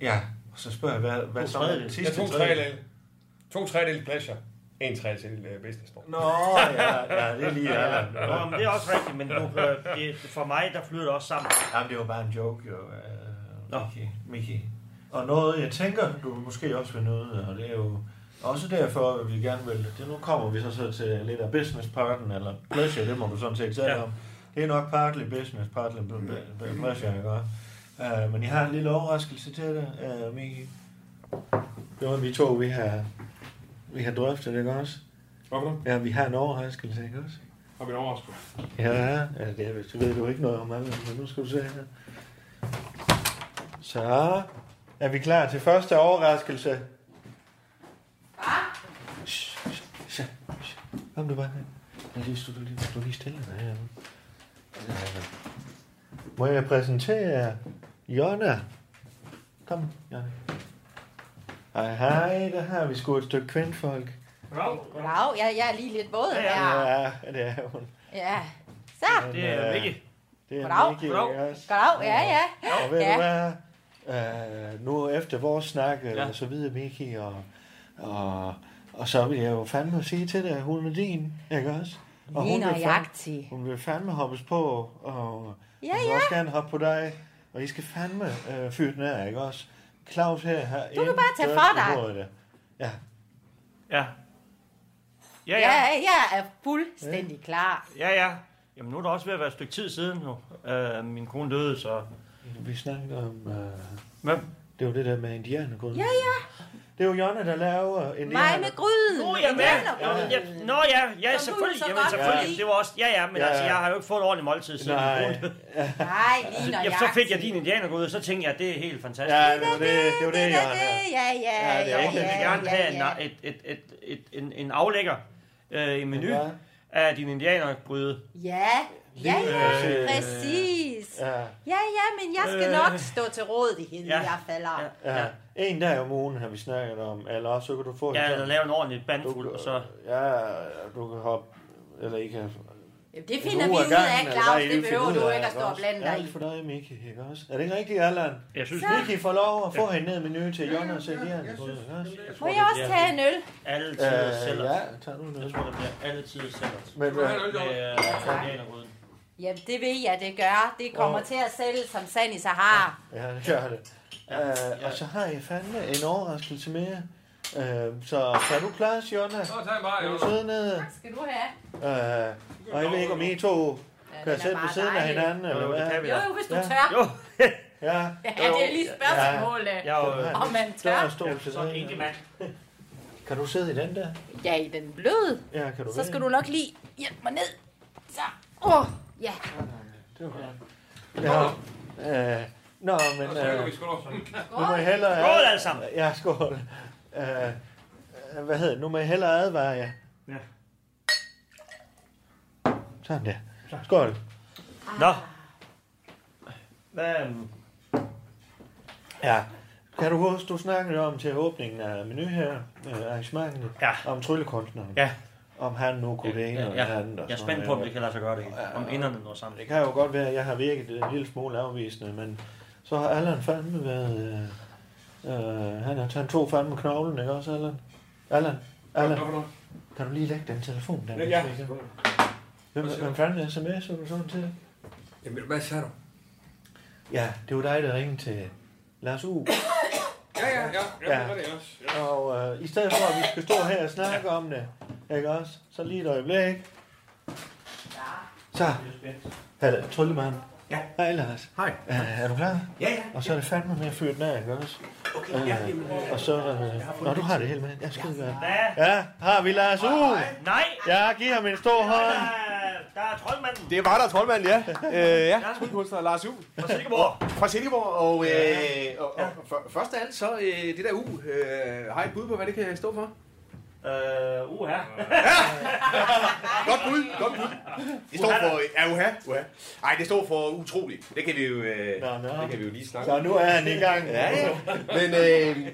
S5: Ja. Og så spørger jeg, hvad, hvad
S6: To
S5: så er den
S6: tredjedele.
S4: Ja,
S5: sidste?
S4: to tredjedel. To tredjedel pleasure. En tredjedel øh, business. tror jeg.
S5: Nå, ja, ja, det er lige Allan.
S6: Nå, men det er også rigtigt, men du, kan- det, for mig, der flyder det også sammen.
S5: Jamen, det var bare en joke, jo.
S6: Nå.
S5: Uh, Miki, Miki. Og noget, jeg tænker, du måske også vil nyde, og det er jo også derfor, at vi gerne vil... Det, nu kommer vi så, så til lidt af business parten, eller pleasure, det må du sådan set selv
S6: Ja. Mm.
S5: om. Det er nok partly business, partly b- b- b- pleasure, ikke også? Uh, men jeg har en lille overraskelse til dig, uh, Miki. Det var vi to, vi har, vi har drøftet, ikke også?
S4: Hvorfor det?
S5: Ja, vi har en overraskelse, ikke også?
S4: Har vi en overraskelse?
S5: Ja, ja, det er, vist- det ved du ikke noget om, Allan, men nu skal du se her. Så er vi klar til første overraskelse. Hvad? Kom du bare her. Ja, lige, stå- du, lige, du lige stille dig her. Må jeg præsentere Jonna? Kom, Jonna. Hej, hej, der har vi sgu et stykke kvindfolk.
S7: Wow, jeg, jeg er lige lidt våd
S6: Ja,
S7: her.
S5: Ja, det er hun.
S7: Ja. Så,
S6: Det er
S5: Men, øh,
S6: Vicky.
S5: Det er
S7: Goddag.
S5: Miki,
S6: Goddag.
S5: ikke også?
S7: goddag. Ja, ja.
S5: Og ved
S7: Ja.
S5: du hvad? Øh, nu efter vores snak, ja.
S6: Ja.
S5: og så videre, Miki, og, og, og så vil jeg jo fandme sige til dig, hun er din, ikke også? Og
S7: Lige
S5: vil
S7: nøjagtig.
S5: fandme, hun vil fandme hoppes på, og
S7: Ja,
S5: hun vil
S7: ja.
S5: også gerne hoppe på dig, og I skal fandme øh, fyre den af, ikke også? Claus her har
S7: kan
S5: intet
S7: bare tage for
S5: på
S7: dig.
S5: hovedet. Ja,
S6: Ja. Ja,
S7: Ja,
S6: ja.
S7: jeg er fuldstændig klar.
S6: Ja, ja. Jamen, nu er der også ved at være et stykke tid siden nu. Øh, min kone døde, så...
S5: vi snakkede om, øh,
S6: Hvem?
S5: det var det der med indianergryden.
S7: Ja, ja.
S5: Det er jo Jonna, der laver
S7: Mig
S5: indianer.
S7: med gryden.
S6: Nå, ja,
S7: Det er
S6: ja,
S7: nok
S6: ja,
S7: noget.
S6: ja. Nå, ja, ja,
S7: Som du
S6: selvfølgelig.
S7: så
S6: Jamen,
S7: godt kan
S6: selvfølgelig.
S7: lide.
S6: Det var også... Ja, ja, men
S5: Ja,
S6: altså,
S5: ja.
S6: jeg har jo ikke fået et ordentligt måltid siden. min kone døde.
S5: Nej,
S7: Nej, lige
S6: Jamen,
S7: nøjagtigt.
S6: så fik jeg din indianer ud, og så tænkte jeg, at det er helt fantastisk.
S5: ja, det var det, det, var det,
S7: Ja,
S5: Jonna.
S7: det- ja, ja,
S5: Ja, det er
S7: ja,
S6: Jeg
S5: rigtigt.
S6: vil
S7: ja,
S6: gerne
S7: ja,
S6: have en,
S7: ja.
S6: et, et, et, et, en, en aflægger øh, i menu
S5: Ja.
S6: af din indianergryde.
S7: Ja, ja, ja,
S5: Øh,
S7: præcis.
S5: Ja.
S7: Ja, ja, men jeg skal
S6: Øh.
S7: nok stå til råd i hende
S6: Ja.
S7: i hvert fald.
S6: Ja,
S5: Ja. En dag om ugen har vi snakket om, eller også så kan du få
S6: ja
S5: sådan-
S6: eller lave en ordentlig
S5: du,
S6: bandfuld, og så...
S5: Ja, du kan hoppe, eller ikke kan...
S7: Jamen, det finder vi ud af,
S5: altså,
S7: Claus. Det behøver du ikke at stå og blande dig
S5: Ja,
S7: i.
S5: for dig, Miki, ikke også? Er det ikke rigtigt, Allan?
S6: Jeg synes, det
S5: Miki får lov at få hende ned i menuen til Jonna og sætte her. ikke også?
S7: Må jeg også tage en øl?
S6: altid
S5: Øh,
S6: selv.
S5: ja, tager du
S6: Jeg
S5: noget?
S6: tror, det bliver altid selv.
S5: Men,
S4: Du har
S5: øh,
S4: en øl,
S6: Med
S4: Jonna.
S6: øh, indianergryden.
S7: Jamen, det ved jeg, det gør. Det kommer
S5: Åh.
S7: til at sælge som sand i Sahara.
S5: ja, det gør det. Øh, og så har jeg fandme en overraskelse mere. Øh, så kan du plads, Jonna?
S4: Så tag mig,
S5: Kan du
S4: Jonna.
S5: sidde nede?
S7: Skal du have?
S5: Øh, og jeg ved ikke, om I to
S7: den er
S5: kan sidde ved
S7: bare
S5: siden af
S7: dejlig.
S5: hinanden, eller
S6: Jo, det kan vi
S5: hvad?
S6: da.
S7: Jo, jo, hvis du
S5: Ja.
S7: tør.
S6: Jo,
S5: Ja.
S7: Ja, det er lige spørgsmålet.
S6: jeg er jo øh,
S7: Om man tør.
S5: Større stol til
S6: sådan en
S5: siden.
S6: enkelt mand.
S5: Kan du sidde i den der?
S7: Ja, i den bløde.
S5: Ja, kan du
S7: Så
S5: det?
S7: skal du nok lige hjælpe mig ned. Så. Åh, oh, ja.
S5: Det var godt. Ja. Øh, nå, men...
S4: Så kan
S5: Øh,
S4: vi sgu da.
S5: nu må jeg hellere...
S6: Skål alle sammen.
S5: Ja, skål. Øh, øh, hvad hedder det? Nu må jeg hellere advare jer.
S6: Ja.
S5: Sådan der. Skål.
S6: Nå. Hvad, øhm,
S5: Ja. Kan du huske, du snakkede om til åbningen af menu her, øh, arrangementet,
S6: Ja.
S5: om tryllekunstneren?
S6: Ja.
S5: Om han nu kunne det ene og det
S6: ja,
S5: andet. og
S6: jeg er
S5: sådan
S6: spændt på,
S5: noget.
S6: om det kan lade sig gøre det hele. Om inderne når sammen.
S5: Det kan jo godt være, at jeg har virket en lille smule afvisende, men så har Allan fandme været... Øh, øh, han, har, han tog fandme knoglen, ikke også, Allan? Allan, Allan,
S4: Hvorfor det?
S5: kan du lige lægge den telefon der?
S4: Ja.
S5: Hvem, hvem fanden sms'er du sådan til?
S4: Jamen, hvad sagde du?
S5: Ja, det var dig, der ringede til Lars U.
S4: Ja, ja, ja.
S5: Ja.
S4: Ja, det var det også. Ja.
S5: Og øh, i stedet for, at vi skal stå her og snakke om det, ikke også? Så lige et øjeblik. Så, hallo, Tryllemand.
S8: Ja.
S5: Hej, Lars.
S8: Hej.
S5: Øh, er du klar?
S8: Ja, ja.
S5: Og så er det fandme med at fyre den af, ikke også?
S8: Okay,
S5: Øh,
S8: ja, jamen,
S5: og så... Øh, nå, du har det helt med. Jeg skal ja.
S6: Hvad?
S5: ja, har vi Lars U?
S6: Nej!
S5: Ja, giv ham en stor hånd.
S6: Der- Der er troldmanden
S8: Det var der, troldmand, ja. Øh, ja, tryllekunstner Lars U.
S6: fra Silkeborg.
S8: Fra Silkeborg, og, øh, og, og, og f- først af alt, så øh, det der U, øh, har I et bud på, hvad det kan stå for?
S6: Øh, uha.
S9: Godt bud, godt bud. Det står for... Ja, uha, uha. Ej, det står for utroligt. Det kan vi jo, øh,
S5: Nå, nå.
S9: Det kan vi jo lige snakke
S5: Så
S9: om.
S5: nu er han i gang.
S9: Ja, ja. Men øh,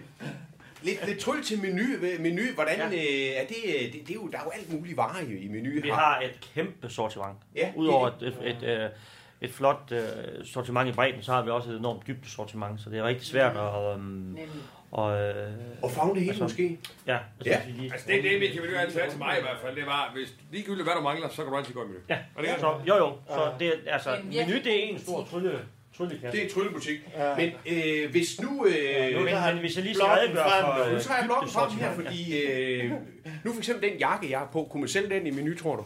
S9: lidt, lidt tryl til menu. menu hvordan
S6: Ja.
S9: ja. øh, er det, øh, det, det er jo, der er jo alt muligt varer i, i menu
S6: Vi har et kæmpe sortiment.
S9: Ja,
S6: Udover
S9: det
S6: et, et, et, øh, et flot øh, sortiment i bredden, så har vi også et enormt dybt sortiment, så det er rigtig svært at... øhm,
S7: Nemlig.
S6: og, øh,
S9: Og fagne det hele
S6: Altså-
S9: måske.
S6: ja,
S9: Ja.
S6: hvis vi lige-
S4: Altså, det er det, vi kan altid have til mig i hvert fald. Det var, hvis ligegyldigt hvad du mangler, så kan du altid gå i menu.
S6: Ja,
S4: Og det kan
S6: så, jo jo, så det er,
S7: Det
S6: altså,
S7: er en
S6: menu
S7: virkelig
S6: det er en stor trylle, tryllekasse.
S9: Det er en tryllebutik.
S5: Ja.
S9: Ja. Men øh, hvis nu... Øh,
S6: Men,
S5: der har
S6: men hvis jeg lige skal
S5: blokken
S6: redegøre
S5: frem,
S6: for... øh,
S5: du.
S9: nu tager jeg blokken
S6: dybdesortiment,
S9: frem her, fordi øh, nu for eksempel den jakke, jeg har på, kunne man sælge den i menu, tror du?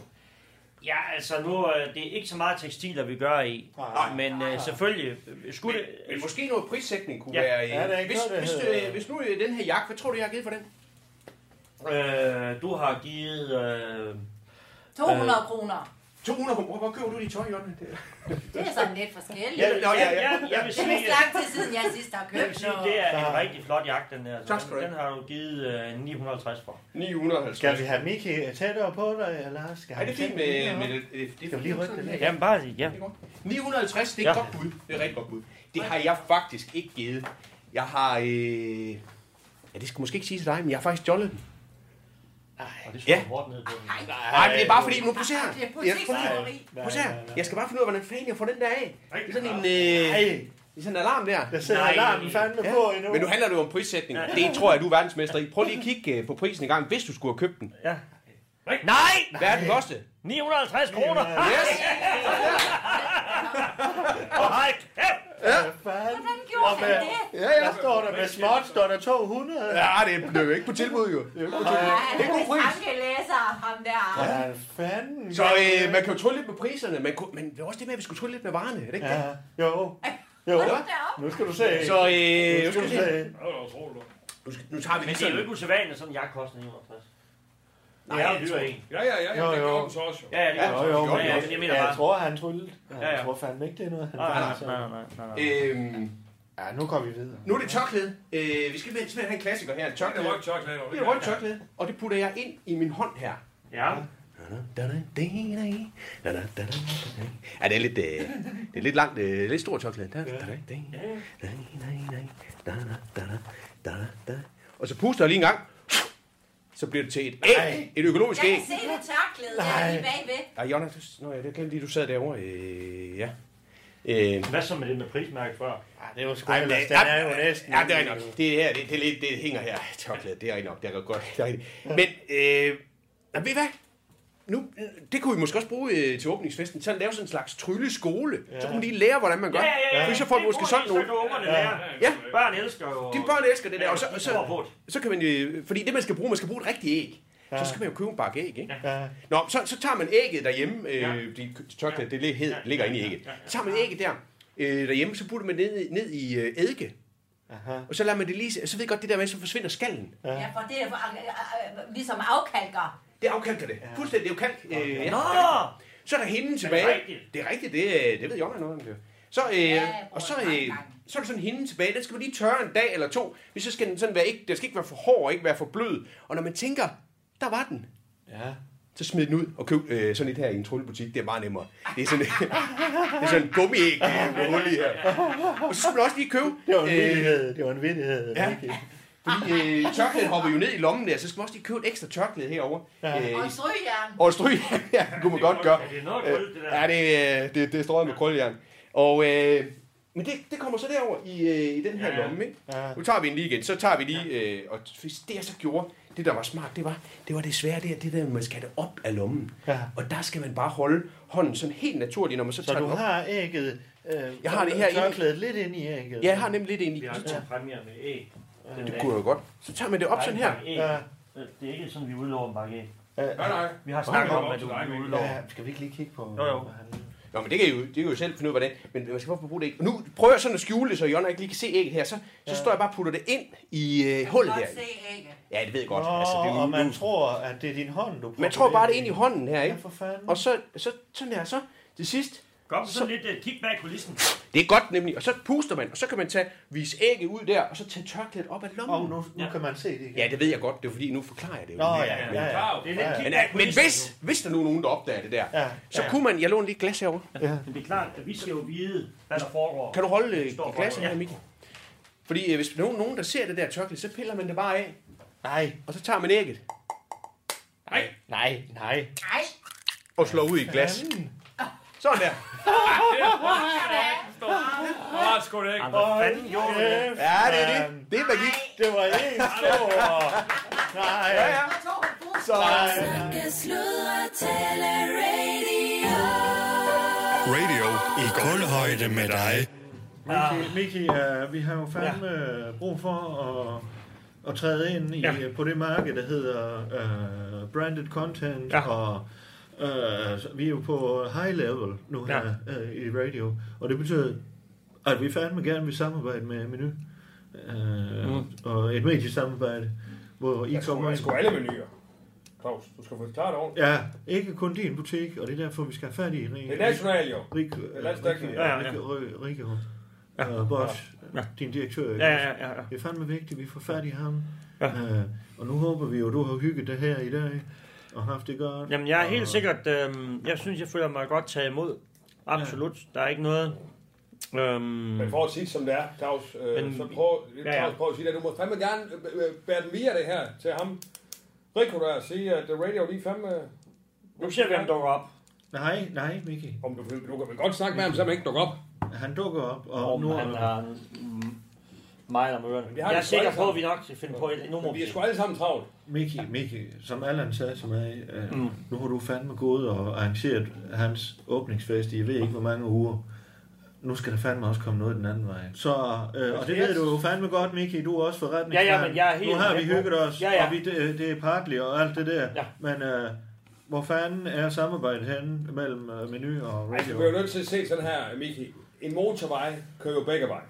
S6: Ja, altså nu, øh, det er ikke så meget tekstiler, vi gør i,
S5: Nej.
S6: men øh, selvfølgelig, øh, skulle det...
S9: Men måske noget prissætning kunne
S6: Ja.
S9: ja. være... Øh,
S5: Ja, der er ikke
S9: hvis,
S5: noget, der
S9: hvis,
S5: hedder-
S9: øh, hvis nu øh, den her jakke, hvad tror du, jeg har givet for den?
S6: Øh, du har givet... Øh,
S7: 200 kroner.
S9: 200 kroner. Hvor køber du de tøj, Jonna? Det-
S7: Det er sådan lidt forskelligt.
S9: Ja, nå, ja, ja.
S6: jeg vil
S7: Det er
S6: sige,
S7: vist lang tid siden, jeg sidst har
S6: jeg
S7: købt
S6: vil sige,
S7: noget.
S6: det er en rigtig flot jagt, den her.
S9: Tak skal du
S6: den,
S9: have.
S6: den har du givet øh, 950 for.
S9: 950.
S5: Skal vi have Miki tættere på dig, eller skal
S9: Er
S5: han
S9: det er fint
S5: tænke
S9: med,
S5: mere?
S9: med det, det, det
S5: Skal vi lige rykke det lidt?
S6: Jamen bare, ja.
S9: Det er godt. 950, det er et
S6: Ja.
S9: godt bud. Det er et rigtig godt bud. Det har jeg faktisk ikke givet. Jeg har... Øh... Ja, det skal måske ikke sige til dig, men jeg har faktisk stjålet den.
S6: Og det
S9: Ja.
S6: slår hårdt ned på den.
S9: Nej, men det er bare fordi, nu prøv at se her.
S7: Det er
S9: Jeg- prøv lige-
S7: butiksteori.
S9: Prøv at se her. Jeg skal bare finde ud af, hvordan fanden jeg får den der af. Det er sådan en,
S5: Nej,
S9: øh... det er sådan en alarm der.
S5: der sidder
S6: Nej.
S5: alarmen fandme
S9: Ja.
S5: på endnu.
S9: Men nu handler det jo om prissætning. Det tror jeg, du er verdensmester i. Prøv lige at kigge øh, på prisen en gang, hvis du skulle have købt den.
S6: Ja.
S9: Nej! Hvad er den koste?
S6: 950 kroner!
S9: Yes!
S6: Og hej, kæft!
S5: Fanden.
S7: Hvordan gjorde
S5: Og
S7: han
S5: med-
S7: det?
S9: Ja, ja.
S5: Der står der med småt, står der 200.
S9: Ja, det blev jo ikke på tilbud, jo. Det er jo ikke på tilbud.
S7: Ja, han
S9: Det er god pris.
S7: er tankelæser, ham der.
S5: Ja, fanden.
S9: Så øh, man kan jo trylle lidt med priserne, man kunne, men det var også det med, at vi skulle trylle lidt med varerne, er det ikke? Ja.
S5: Ja, jo. Jo,
S7: Hold da op.
S5: nu skal du se.
S9: Så øh,
S5: nu
S9: nu,
S5: skal
S9: skal
S5: du
S9: vi se.
S5: se.
S9: nu, skal, nu tager vi
S6: Men
S9: lige
S6: det er jo
S9: sådan.
S6: ikke usædvanligt, at sådan en jagt koster 950.
S9: Nej,
S6: Nej, jeg er
S9: jeg
S6: jo
S9: tror-
S6: dyr en.
S4: Ja, ja, ja.
S5: Jo,
S4: ja. Det
S5: jo.
S4: gjorde den så også, jo.
S6: Ja, ja, det er
S5: Jo, jo,
S6: jo.
S5: men
S6: Ja, ja, men jeg mener bare...
S5: jeg tror, altså- han tryllede.
S6: Ja, ja.
S5: Jeg tror fandme ikke, det er noget, han
S6: Nej,
S5: nej,
S6: nej, nej, nej, nej, nej.
S9: Øhm,
S5: Ja, nu går vi videre.
S9: nu er det tørklæde. Øh, vi skal simpelthen have en klassiker her. Et
S4: Det
S9: tørklæde.
S4: er rødt chokolade.
S9: Det er et rødt tørklæde, og det putter jeg ind i min hånd her.
S6: Ja,
S9: Ja, det er lidt, øh, det er lidt langt, øh, lidt stort tørklæde. Da, da, da, da, da, da, da, da, da, da. Og så puster jeg lige en gang. Så bliver det til et æg, et økologisk
S7: Jeg
S9: æg.
S7: kan se det tørklæde der lige bagved.
S9: Ej, Jonna, du, nå, ja, det glemte lige, du sad derovre. Øh, ja. Øh,
S6: hvad så med det med prismærket før?
S5: Ja, det er jo sgu
S9: Ej, men
S5: ellers,
S9: det,
S5: den er jo næsten.
S9: Ja, det er rigtigt nok. Det, her, det, det, er lidt- det hænger her. Tørklæde, det er rigtigt nok. Det er godt. Det er rigtigt. Men, øh, jamen, ved I hvad? Nu, det kunne vi måske også bruge øh, til åbningsfesten, til at lave sådan en slags trylleskole. Ja. Så kunne de lære, hvordan man gør. Fordi så får vi måske sådan nogle. Ja.
S6: Børn elsker jo...
S9: De børn elsker det der, og så, og
S6: tror
S9: så,
S6: på det.
S9: så kan man øh, fordi det man skal bruge, man skal bruge et rigtigt æg. Så skal man jo købe en bakke æg, ikke?
S5: Ja.
S9: Nå, så, så tager man ægget derhjemme, øh,
S6: Ja.
S9: de tørklæde, det hed,
S6: Ja.
S9: ligger inde i
S6: Ja, ja,
S9: ægget.
S6: ja, ja.
S9: Så tager man ægget der øh, derhjemme, så putter man ned, ned i øh, eddike.
S5: Aha.
S9: Og så lader man det lige, så ved jeg godt det der med, så forsvinder skallen.
S7: Ja, for det er øh, øh, ligesom afkalker.
S9: Det afkalker det. Fuldstændig, det er jo kalk. Øh, ja.
S6: Nå!
S9: Så er der hinden
S6: det
S9: tilbage.
S6: rigtigt?
S9: Det er rigtigt, det, øh, det ved Jonna noget om det. Så, øh,
S7: jeg bruger
S9: og så,
S7: den mange
S9: øh,
S7: gange.
S9: så er der sådan hinden tilbage. Den skal man lige tørre en dag eller to. Men så skal den sådan være ikke, den skal ikke være for hård og ikke være for blød. Og når man tænker, der var den.
S5: Ja.
S9: Så smid den ud og køb øh, sådan et her i en trullebutik. Det er meget nemmere. Det er sådan, det er sådan en gummiæg øh, med hul i her. Og så skal man også lige købe...
S5: Det var en
S9: øh,
S5: vittighed. Det var en vittighed.
S9: ja.
S5: Miki.
S9: fordi øh, tørklædet hopper jo ned i lommen der, så skal man også lige købe et ekstra tørklæde herovre.
S5: Ja.
S9: Øh,
S7: Og strygjern.
S9: og et stryg, ja, det kunne man godt gøre.
S6: Ja, det er noget
S9: Øh,
S6: guld, det der.
S9: Ja, det, øh, det, det er strøget med krøljern. Og, øh, men det, det kommer så derover i, øh, i den her
S6: Ja, ja.
S9: lomme, ikke?
S5: Ja.
S9: Nu tager vi den lige igen. Så tager vi lige, øh, og hvis det jeg så gjorde, det der var smart, det var, det var det svære, det, er det der, man skal have det op af lommen.
S5: Ja.
S9: Og der skal man bare holde hånden sådan helt naturligt, når man så,
S5: Så
S9: tager
S5: du
S9: den op.
S5: har ægget... Øh,
S9: Jeg har det her inde i-
S5: Tørklædet lidt ind i ægget.
S9: Ja, jeg har nemlig lidt ind i.
S6: Vi har
S9: Så
S6: to præmier med æg. øh,
S9: tager- Det kunne jeg jo godt. Så tager man det op sådan her.
S5: Ja.
S6: Det er ikke sådan, vi udlover en bakke æg.
S4: Nej, nej.
S6: Vi har snakket
S4: Nå,
S6: om,
S4: det er
S6: at du
S4: op til dig,
S6: vi
S4: ikke?
S6: udlover.
S5: Ja, skal vi ikke lige kigge på...
S6: Jo, jo.
S5: hvad han-
S9: Nå, men det kan I jo, det kan I jo selv finde ud af, hvordan. Men man skal bare bruge det ikke. Og nu prøver jeg sådan at skjule det, så Jonna ikke lige kan se ægget her. Så, så står jeg bare og putter det ind i øh, hullet her.
S7: Godt se ægget.
S9: Ja, det ved jeg godt.
S5: Nå,
S9: altså, det er
S5: og
S9: jo,
S5: man
S9: man,
S5: tror, at det er din hånd, du
S9: man tror bare, det er ind i hånden her,
S5: Ja,
S9: ikke?
S5: for fanden.
S9: Og så, så sådan der, så til sidst,
S6: Kom så lidt uh, kig bag kulissen.
S9: Det er godt nemlig. Og så puster man, og så kan man tage, vise ægget ud der, og så tage tørklædet op af lommen.
S5: Og nu, nu
S6: Ja.
S5: kan man se det igen.
S9: Ja, det ved jeg godt. Det er fordi, nu forklarer jeg det jo.
S5: Nå, ja, ja, ja.
S6: Wow, det er lidt kig
S9: Men,
S6: bag
S9: øh, men
S6: kulissen.
S9: hvis, hvis der nu er nogen, der opdager det der,
S5: Ja, ja.
S9: så kunne man... Jeg låner lige et glas herovre.
S6: Men det er klart, at vi skal jo vide, hvad der foregår.
S9: Kan du holde øh,
S6: Står
S9: et glas
S6: for-
S9: her,
S6: ja.
S9: Mikkel? Fordi øh, hvis nogen, nogen, der ser det der tørklæde, så piller man det bare af,
S5: Nej,
S9: og så tager man ægget
S5: nej, nej. Øhm.
S7: Nej,
S9: og slår ud i et glas. Sådan der.
S4: Åh, sgu da ikke.
S6: Hvad fanden gjorde du det?
S9: Ja, det er
S5: Øhm.
S9: det. Det er magi.
S5: Det var en stor... Nej, ja, ja.
S7: jeg tror, hun
S5: Så,
S2: Snakke, sludre, tale, radio.
S3: Radio i kulhøjde med dig.
S5: Miki, Miki uh, vi har jo fandme uh, brug for at, at træde ind i, ja. på det marked, der hedder uh, branded content, ja. og uh, vi er jo på high level nu her uh, i radio, og det betyder, at vi fandme gerne vil samarbejde med Menu, uh, mm. og et mediesamarbejde, hvor I kommer ind.
S4: alle menuer. Claus, du skal forklare det ordentligt.
S5: Ja, ikke kun din butik, og det er derfor, vi skal have fat i Ring.
S4: Det er nationalt, jo.
S5: Rik,
S4: landsdækkende.
S5: ja, ja, ja. Og Bosch, ja. din direktør.
S6: Ja, ja, ja, ja.
S5: Det er fandme vigtigt, vi får fat i ham. Ja. Øh, og nu håber vi jo, du har hygget dig her i dag, og haft det godt.
S6: Jamen, jeg er helt
S5: Og-
S6: sikkert... Øh, jeg synes, jeg føler mig godt taget imod. Absolut. Der er ikke noget... Øhm,
S4: Men for at sige det, som det er, Claus, øh,
S6: Men-
S4: så prøv,
S6: ja.
S4: ja, ja. Claus, prøv at sige det. Du må fandme gerne øh, øh, bære den via det her til ham. Rico der, sige, at The radio lige fandme...
S6: nu ser vi, om han dukker op.
S5: Nej, nej, Miki.
S4: Om du, du kan vel godt snakke med ham, så han ikke dukker op.
S5: Han dukker op, og
S6: Om
S5: nu...
S6: han har mm, meget om ørerne.
S4: vi har
S6: Jeg er
S4: det sgu
S6: sikker
S4: alle
S6: på, at
S4: sammen.
S6: vi nok skal finde på et nummer.
S4: Vi er sgu alle sammen travlt.
S5: Miki, Miki, som Allan sagde til mig, øh, mm. nu har du fandme gået og arrangeret hans åbningsfest i, jeg ved ikke, hvor mange uger. Nu skal der fandme også komme noget den anden vej. Så, øh, og det ved du jo fandme godt, Miki, du er også forretningsmand.
S6: Ja, ja, men jeg er helt-
S5: Nu har vi
S6: jeg-
S5: hygget os,
S6: Ja, ja.
S5: og vi, det, det er partly og alt det der.
S6: Ja.
S5: Men øh, hvor fanden er samarbejdet henne mellem øh, menu og
S4: Ej, du bliver Altså, jo
S5: radio?
S4: nødt til at se sådan her, Miki. En motorvej kører jo begge vej.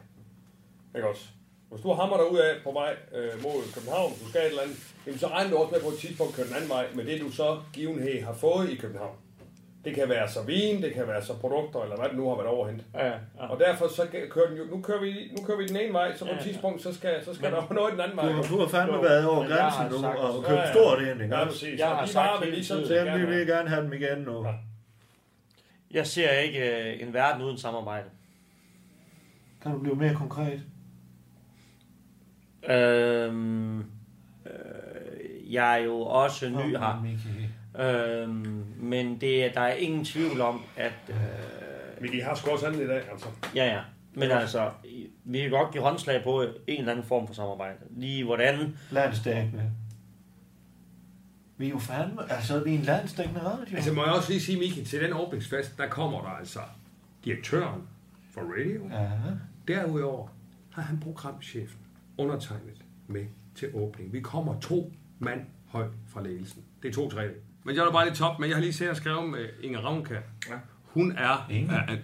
S4: Ikke også? Hvis du hammer dig ud af på vej øh, mod København, du skal et eller andet, jamen så regner du også med på et tidspunkt at køre den anden vej med det, du så givenhed har fået i København. Det kan være så vin, det kan være så produkter, eller hvad det nu har været overhent.
S6: Ja, ja.
S4: Og derfor så g- kører den jo, nu kører vi, nu kører vi den ene vej, så på et tidspunkt, så skal, så skal der jo noget den anden vej.
S5: Du, du har fandme
S6: Jo,
S5: været over
S6: men jeg har
S5: grænsen nu
S6: sagt-
S5: og
S4: Ja,
S5: købt
S4: ja.
S5: stort ind, ikke?
S4: Ja,
S5: også?
S4: præcis.
S6: Jeg
S4: Og
S6: har
S4: de
S6: sagt
S4: varer vil
S6: hele
S4: ligesom
S6: tiden,
S5: Så
S4: til
S5: jamen, vi
S4: gerne være.
S5: vil gerne have dem igen nu.
S4: Ja.
S6: Jeg ser ikke øh, en verden uden samarbejde.
S5: Kan du blive mere konkret?
S6: Øhm, øh, jeg er jo også ny
S5: Åh,
S6: her.
S5: Miki.
S6: Øhm, men det, er- der er ingen tvivl om, at... Øh,
S4: Men de har sgu også andet i dag, altså.
S6: ja, ja. Men altså, i- vi kan godt give håndslag på en eller anden form for samarbejde. Lige hvordan...
S5: landsdækkende. Vi er jo fandme, altså vi er en landsdækkende radio.
S4: Altså må jeg også lige sige, Miki, til den åbningsfest, der kommer der altså direktøren for radio.
S5: ja.
S4: Derudover har han programchefen undertegnet med til åbning. Vi kommer to mand højt fra ledelsen. Det er to tre. Men jeg er da bare lidt top, men jeg har lige set og skrevet med Inger Ravnkær. øh, Hun er... Inge. Er, er,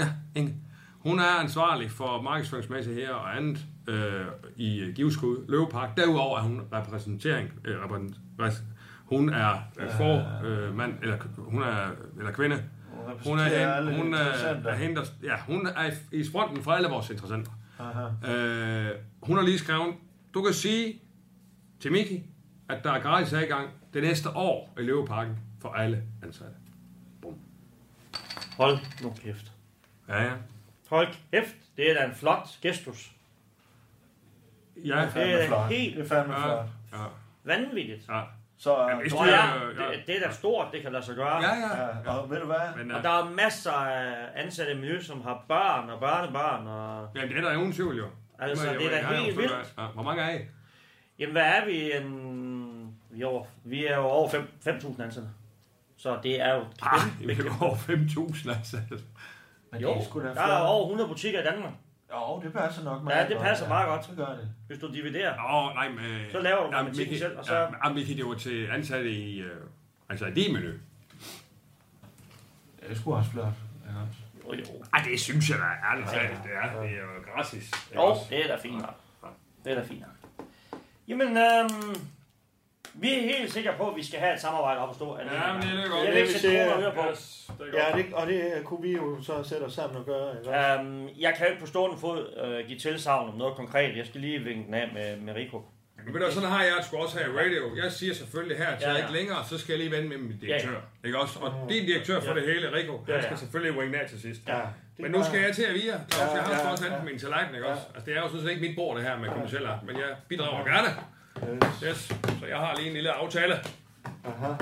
S4: ja, Inge. Hun er ansvarlig for markedsføringsmæssigt her og andet øh, i Giveskud Løvepark. Derudover er hun repræsentering. Øh, repræsent, res- hun er øh, for øh, mand, eller, hun er, eller kvinde. Hun er,
S5: repræsenterer alle
S4: hende, hun er,
S5: interessenter.
S4: er hende, der, ja, hun er i- i fronten for alle vores interessenter. Øh, hun har lige skrevet, du kan sige til Miki, at der er gratis adgang det næste år i Løveparken for alle ansatte.
S6: Hold nu kæft.
S4: Ja, ja.
S6: Hold kæft. Det er da en flot gestus.
S4: Ja,
S6: Det er da
S5: flot.
S6: helt
S5: Det er fandme
S4: ja,
S5: flot.
S4: ja,
S6: vanvittigt.
S4: ja.
S5: Så, øh,
S4: Jamen, hvis
S6: Nå
S4: du-
S6: ja,
S4: ja.
S6: det, det er da stort, det kan lade sig gøre.
S4: Ja, ja.
S5: ja, og ved du hvad?
S4: Men,
S6: Og
S4: øh,
S6: der er masser af ansatte i miljø, som har børn og børnebørn. Og...
S4: jamen, det er der uden tvivl, jo.
S6: Altså,
S4: Men,
S6: det er da
S4: jeg har jo
S6: helt
S4: fået-
S6: vildt.
S4: Ja, hvor mange er I?
S6: Jamen, hvad er vi? En... Vi, er over... vi er jo over fem- 5.000 ansatte. Så det er jo
S4: Ah, vi
S6: kæmpe.
S4: er over 5.000, altså.
S5: Men
S6: Jo,
S5: det er sgu da
S6: der er
S5: flot.
S6: over 100 butikker i Danmark.
S5: Jo, det passer nok
S6: Ja, det passer meget godt.
S5: Så gør det.
S6: Hvis du dividerer.
S4: Åh, nej, men...
S6: Så laver du
S4: nej,
S6: matematikken
S4: Miki-
S6: selv, og så-
S4: Ja, men, ah, Miki, det var til ansatte i... Øh, altså, i din menu.
S5: Det er sgu også flot. Ja.
S6: Jo, jo.
S4: Ah, det synes jeg da ærligt talt, det er. Det er jo gratis.
S6: Jo, det er da fint nok. Det er da fint nok. Jamen, øhm, Vi er helt sikre på, at vi skal have et samarbejde op og stå.
S4: Ja, men det er godt.
S6: Jeg
S4: Det
S6: vil ikke
S4: vil
S6: sætte
S5: sige,
S6: kroner og øre på.
S4: Yes, det er
S5: Ja,
S4: godt.
S5: det, og det kunne vi jo så sætte os sammen og gøre. Ikke? Ja.
S6: Øhm, jeg kan jo ikke på stående fod øh, give tilsavn om noget konkret. Jeg skal lige vinke den af med, med Rico.
S4: Men ved du, sådan har jeg det sgu også her i radio. Jeg siger selvfølgelig her, at jeg
S6: Ja, ja.
S4: ikke længere, så skal jeg lige vende med min direktør.
S6: Ja,
S4: Ikke også? Og din direktør for
S6: Ja.
S4: det hele, Rico, han
S6: Ja, ja.
S4: skal selvfølgelig winge af til sidst.
S5: Ja, det
S4: Men nu
S5: var-
S4: skal jeg til at vire. Claus,
S5: Ja,
S4: jeg har sgu
S5: ja,
S4: også andet
S5: ja.
S4: på min tallerken, ikke også? Altså, det er jo sådan set ikke mit bord, det her med kommersiel art, men jeg bidrager gerne. Yes. Så jeg har lige en lille aftale.
S5: Aha.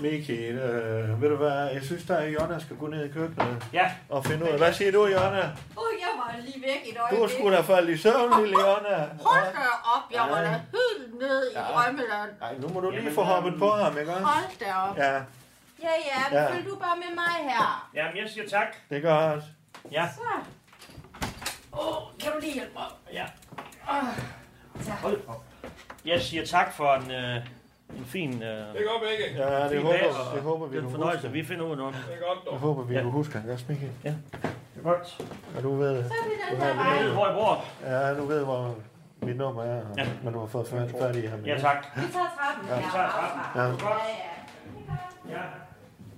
S5: Mikkel, øh, ved du hvad, jeg synes, der er Jonna skal gå ned i køkkenet
S6: Ja,
S5: og finde ud af. Hvad siger du, Jonna?
S7: Åh, jeg var lige væk et
S5: Du er
S7: øjeblik.
S5: sgu da faldet i søvn, lille Jonna.
S7: Hold da op, jeg var da
S5: Ja.
S7: helt nede i
S5: Ja.
S7: drømmeland.
S5: Nej, nu må du lige
S6: Jamen,
S5: få hoppet
S6: øhm,
S5: på ham, ikke også?
S7: Hold da op.
S5: Ja,
S7: Ja, ja, men
S5: Ja.
S7: følg du bare med mig her.
S6: jamen jeg siger tak.
S5: det gør også.
S6: Ja,
S7: Så. Åh, oh, kan du lige hjælpe mig?
S6: ja.
S7: Tak.
S6: Hold op. Jeg siger tak for en, øh, en fin... Øh,
S4: Det går begge.
S5: Ja, det
S6: fin dag,
S5: håber,
S6: og
S5: det håber vi,
S6: Det er
S5: du
S6: en fornøjelse.
S5: husker.
S6: Vi finder ud af noget.
S4: Det er godt,
S5: Jeg
S4: dog.
S5: håber, vi
S6: Ja.
S5: kunne huske, ikke også, Mikkel?
S6: Godt.
S5: Og du ved,
S7: Så er vi den her vej.
S6: Hvor jeg bor.
S5: ja, du ved, hvor mit nummer er, og,
S6: Ja.
S5: men du har fået fat, fat i ham.
S6: Ja, tak.
S7: Vi tager trappen. Ja,
S6: Vi tager trappen.
S7: Ja,
S5: Ja.
S7: ja. ja.
S6: Ja.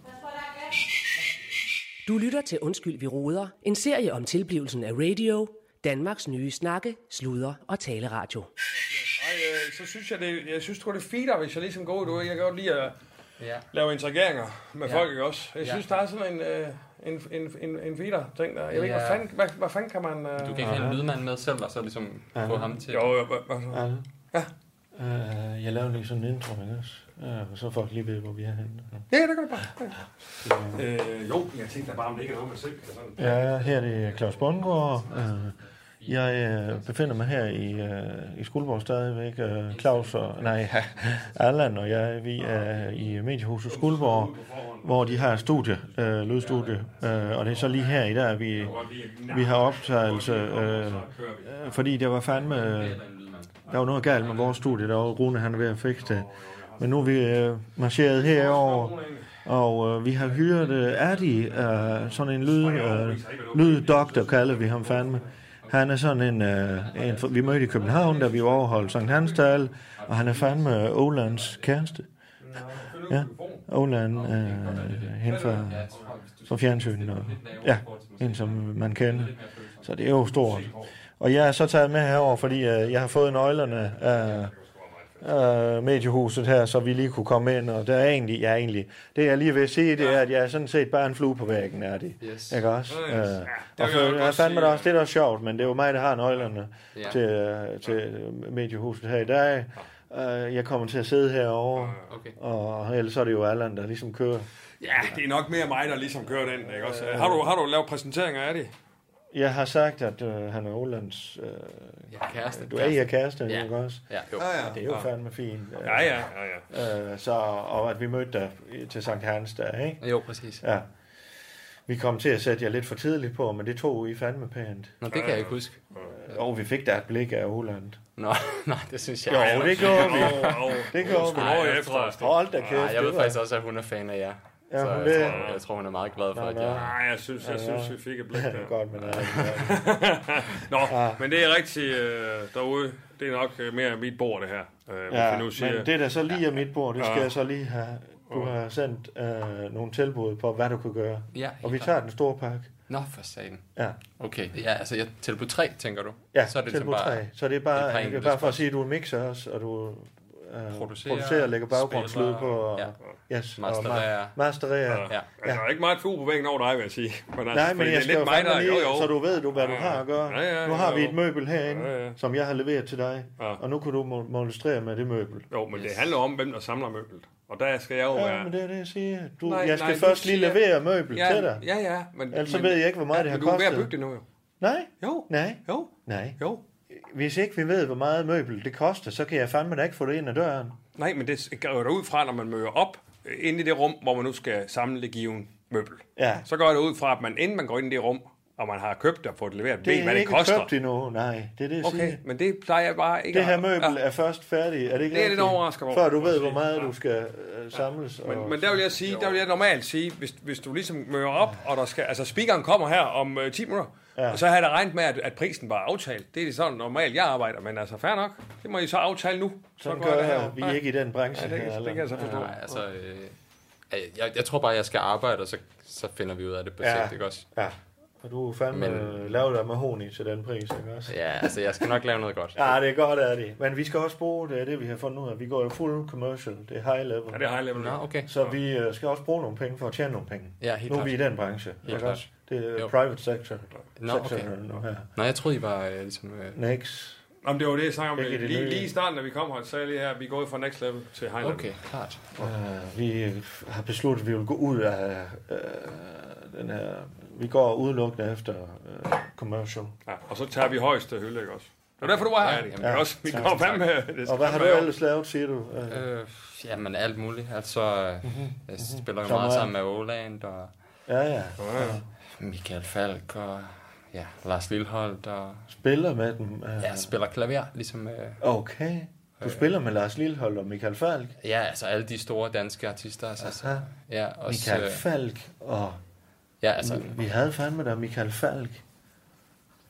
S7: Pas på, der er glas.
S1: Du lytter til Undskyld, vi roder, en serie om tilblivelsen af radio, Danmarks nye snakke, sludre og taleradio.
S4: Ej, øh, så synes jeg, det, jeg synes, tror, det er fint, hvis jeg ligesom går ud. Jeg kan godt lide at ja. lave interageringer med ja. folk, ikke også? Jeg synes, der er sådan en, øh, en, en, en, en feeder ting der. Jeg ved ikke, hvad
S10: Ja.
S4: fanden, hvad, hvad fanden kan man... Øh...
S10: Du kan ikke have en lydmand med selv, og så ligesom få ham til...
S4: Jo, jo, hvad- hvad så?
S5: Ja.
S4: Ja.
S5: Øh, jeg laver lige sådan en intro, ikke også? Ja, så folk lige ved, hvor vi er henne.
S4: Ja, det kan du bare. Øh, jo, jeg tænkte da bare, om det ikke er noget, man selv kan sådan...
S5: Ja, her er det Claus Bundgaard. Øh, Jeg øh, befinder mig her i, øh, i Skuldborg stadigvæk. Øh, Claus og, nej, Allan og jeg, vi er i mediehuset Skuldborg, hvor de har et studie, øh, lydstudie. Øh, og det er så lige her i dag, vi, vi har optagelse, øh, øh, fordi der var fandme, øh, der var noget galt med vores studie derovre. Rune han er ved at fikse det. Men nu er vi øh, marcheret herover. Og øh, vi har hyret øh, Addy, øh, sådan en lyd, øh, lyddoktor kalder vi ham fandme. Han er sådan en, øh, en, vi mødte i København, da vi overholdt Sankt Hansdal, og han er fandme øh, Ålands kæreste. Ja, Åland, øh, hende fra, fra fjernsynet, og, ja, en som man kender. Så det er jo stort. Og jeg er så taget med herover, fordi øh, jeg har fået nøglerne af øh, mediehuset her, så vi lige kunne komme ind, og der er egentlig, ja egentlig, det jeg lige vil sige, det er, at jeg er sådan set bare en flue på væggen, er det.
S10: Yes.
S5: Ikke også?
S4: Nice.
S5: Øh,
S4: Ja, det
S5: og
S4: vil
S5: for,
S4: jeg godt
S5: jeg fandt mig
S4: sige.
S5: også, det er da sjovt, men det er jo mig, der har nøglerne
S10: Ja.
S5: til, øh, til mediehuset her i dag. Øh, jeg kommer til at sidde herovre,
S10: Okay.
S5: og ellers så er det jo Allan, der ligesom kører.
S4: Ja, det er nok mere mig, der ligesom kører den, ikke også? Har du, har du lavet præsenteringer af det?
S5: Jeg har sagt, at øh, han er Ålands... Øh,
S10: Ja, kæreste.
S5: du er ikke kæreste,
S10: Ja.
S5: ikke også?
S10: Ja, jo.
S5: Det er jo fandme fint. Øh,
S4: Ja, ja, ja, ja.
S5: Øh, så, og at vi mødte dig til Sankt Hans der, ikke?
S10: Jo, præcis.
S5: Ja. Vi kom til at sætte jer lidt for tidligt på, men det tog I fandme pænt.
S10: Nå, det kan jeg ikke huske.
S5: Og vi fik da et blik af Åland.
S10: Nå, nej, det synes jeg
S5: Jo, det gjorde vi.
S4: Og,
S5: Det gjorde vi.
S10: Ej,
S4: og
S10: jeg
S4: efter
S10: tror-
S4: os.
S5: Hold da kæft.
S10: Nej, jeg ved
S5: det var-
S10: faktisk også, at hun er fan af jer.
S5: Ja,
S10: så
S5: hun
S10: jeg,
S5: er.
S10: tror, jeg tror, hun er meget glad for,
S5: Nå,
S10: at
S5: nå.
S10: jeg...
S4: Nej, jeg synes, jeg synes, vi fik et blik
S5: Ja, det er
S4: der.
S5: godt, men øh,
S4: Nå, men det er rigtigt øh, derude. Det er nok øh, mere mit bord, det her. Øh, hvis
S5: ja,
S4: vi nu siger.
S5: men det der så lige er mit bord, det skal
S4: Ja.
S5: jeg så lige have. Du har sendt øh, nogle tilbud på, hvad du kan gøre.
S10: Ja, helt
S5: Og vi
S10: klart.
S5: tager den store pakke.
S10: Nå, for satan.
S5: Ja,
S10: Okay, ja, altså jeg, tilbud 3, tænker du?
S5: ja
S10: så er det
S5: tilbud
S10: ligesom bare
S5: tre. Så det er
S10: et par
S5: bare, det er
S10: enkelte
S5: bare for at sige, at du er mixer også, og du øh,
S10: Producerer,
S5: producerer, producerer lægger baggrundslyd
S10: spiller,
S5: på. Og,
S10: ja.
S5: yes,
S10: Mastererer.
S5: Og ma- mastererer.
S10: Ja.
S4: Altså, der er ikke meget flue på væggen over dig, vil jeg sige. Men altså,
S5: Nej,
S4: fordi
S5: men
S4: det er
S5: jeg skal jo
S4: lidt mig,
S5: fandme
S4: der...
S5: lige,
S4: Jo, jo.
S5: så du ved, du, hvad du har at gøre.
S4: Ja, ja, ja,
S5: nu har
S4: jo,
S5: vi
S4: jo.
S5: et møbel herinde,
S4: Ja, ja.
S5: som jeg har leveret til dig,
S4: Ja.
S5: og nu kan du mo- molestrere med det møbel.
S4: Jo, men det handler om, hvem der samler møblet. Og der skal jeg jo være...
S5: Ja, men det er det, jeg siger. Du,
S4: Nej,
S5: jeg skal
S4: nej, du
S5: først lige
S4: siger-
S5: levere møbel
S4: ja,
S5: til dig.
S4: Ja, ja, men...
S5: Ellers så
S4: men-
S5: ved jeg ikke, hvor meget det har
S4: men du Du er ved
S5: kostet.
S4: at bygge det nu, jo.
S5: Nej,
S4: Jo,
S5: nej,
S4: jo,
S5: nej.
S4: jo.
S5: Hvis ikke vi ved, hvor meget møbel det koster, så kan jeg fandme da ikke få det ind ad døren.
S4: Nej, men det går jo ud fra, når man møder op øh, inde i det rum, hvor man nu skal samle det given møbel.
S5: Ja.
S4: Så går det ud fra, at man inden man går ind i det rum, og man har købt og fået det leveret,
S5: Det
S4: ved, hvad
S5: er
S4: det
S5: ikke
S4: koster.
S5: købt endnu, nej. Det er det, jeg siger.
S4: Okay, men det plejer jeg bare ikke
S5: Det her
S4: at-
S5: møbel
S4: Ja.
S5: er først færdigt. Er det ikke
S4: Det er lidt
S5: rigtigt?
S4: overraskende over,
S5: Før du
S4: må jeg
S5: ved, hvor
S4: sige.
S5: meget du skal øh, samles.
S4: Men,
S5: og-
S4: men der vil jeg sige, der vil jeg normalt sige, hvis, hvis du ligesom møder op, og der skal, altså speakeren kommer her om øh, 10 minutter, Ja. Og så havde jeg da regnet med, at, at prisen var aftalt. Det er det sådan normalt, jeg arbejder, men altså fair nok. Det må I så aftale nu. Så
S5: Sådan
S4: går jeg
S5: gør
S4: derover.
S5: jeg. Vi er
S4: Ja.
S5: ikke i den branche.
S4: Ja, det, kan-
S5: her,
S4: det kan jeg så
S5: eller-
S4: forstå.
S10: Nej, altså... Øh, jeg, jeg, jeg tror bare, jeg skal arbejde, og så, så finder vi ud af det på
S5: Ja.
S10: sigt, ikke også?
S5: Ja. Og du er fandme øh,
S10: Men-
S5: Men... lavet af mahoni til den pris, ikke også?
S10: Ja, altså, jeg skal nok lave noget godt.
S5: Ja, det er godt, er det. Men vi skal også bruge, det er det, vi har fundet ud af. Vi går jo full commercial, det er high level.
S4: Ja, det er high level.
S10: Nå, okay.
S5: Så vi øh, skal også bruge nogle penge for at tjene nogle penge.
S10: Ja, helt
S5: nu er
S10: klart.
S5: vi i den branche.
S10: Helt
S5: ikke
S10: klart.
S5: også? Det er
S10: Jo.
S5: private sector.
S10: Nå, okay.
S5: sector nu her.
S10: Nå, jeg troede, I var øh, ligesom... Øh,
S5: Next.
S4: Jamen, det var det, jeg snakkede om.
S5: Ikke det
S4: Lige,
S5: nye.
S4: lige i starten, da vi kom her, så sagde jeg lige her, at vi er gået fra next level til high level.
S10: okay, klart.
S5: Uh, vi har besluttet, at vi vil gå ud af uh, den her... Vi går udelukkende efter uh, commercial.
S4: Ja, og så tager vi højeste hylde, ikke også? Det var derfor, du var her,
S10: Ja,
S4: Erling.
S10: jamen,
S4: Ja, ja. Også, vi
S10: tak,
S4: går
S10: tak.
S4: frem med det.
S5: Og hvad har du ellers lavet, siger du? Uh,
S10: Øh, jamen, alt muligt. Altså, øh,
S5: Mhm.
S10: jeg spiller jo
S5: Sommer,
S10: meget
S5: ja.
S10: sammen med Åland og
S5: ja, ja.
S10: Michael Falk og ja, Lars Lilholdt. Og,
S5: Spiller med dem. Uh,
S10: ja, Øh. jeg spiller klaver, ligesom... Øh,
S5: Okay. Du spiller med Lars Lilhold og Michael Falk.
S10: ja, altså alle de store danske artister. Altså,
S5: Aha.
S10: ja, også,
S5: Michael
S10: øh,
S5: Falk og...
S10: ja,
S5: Altså,
S10: altså,
S5: vi havde fandme der Michael Falk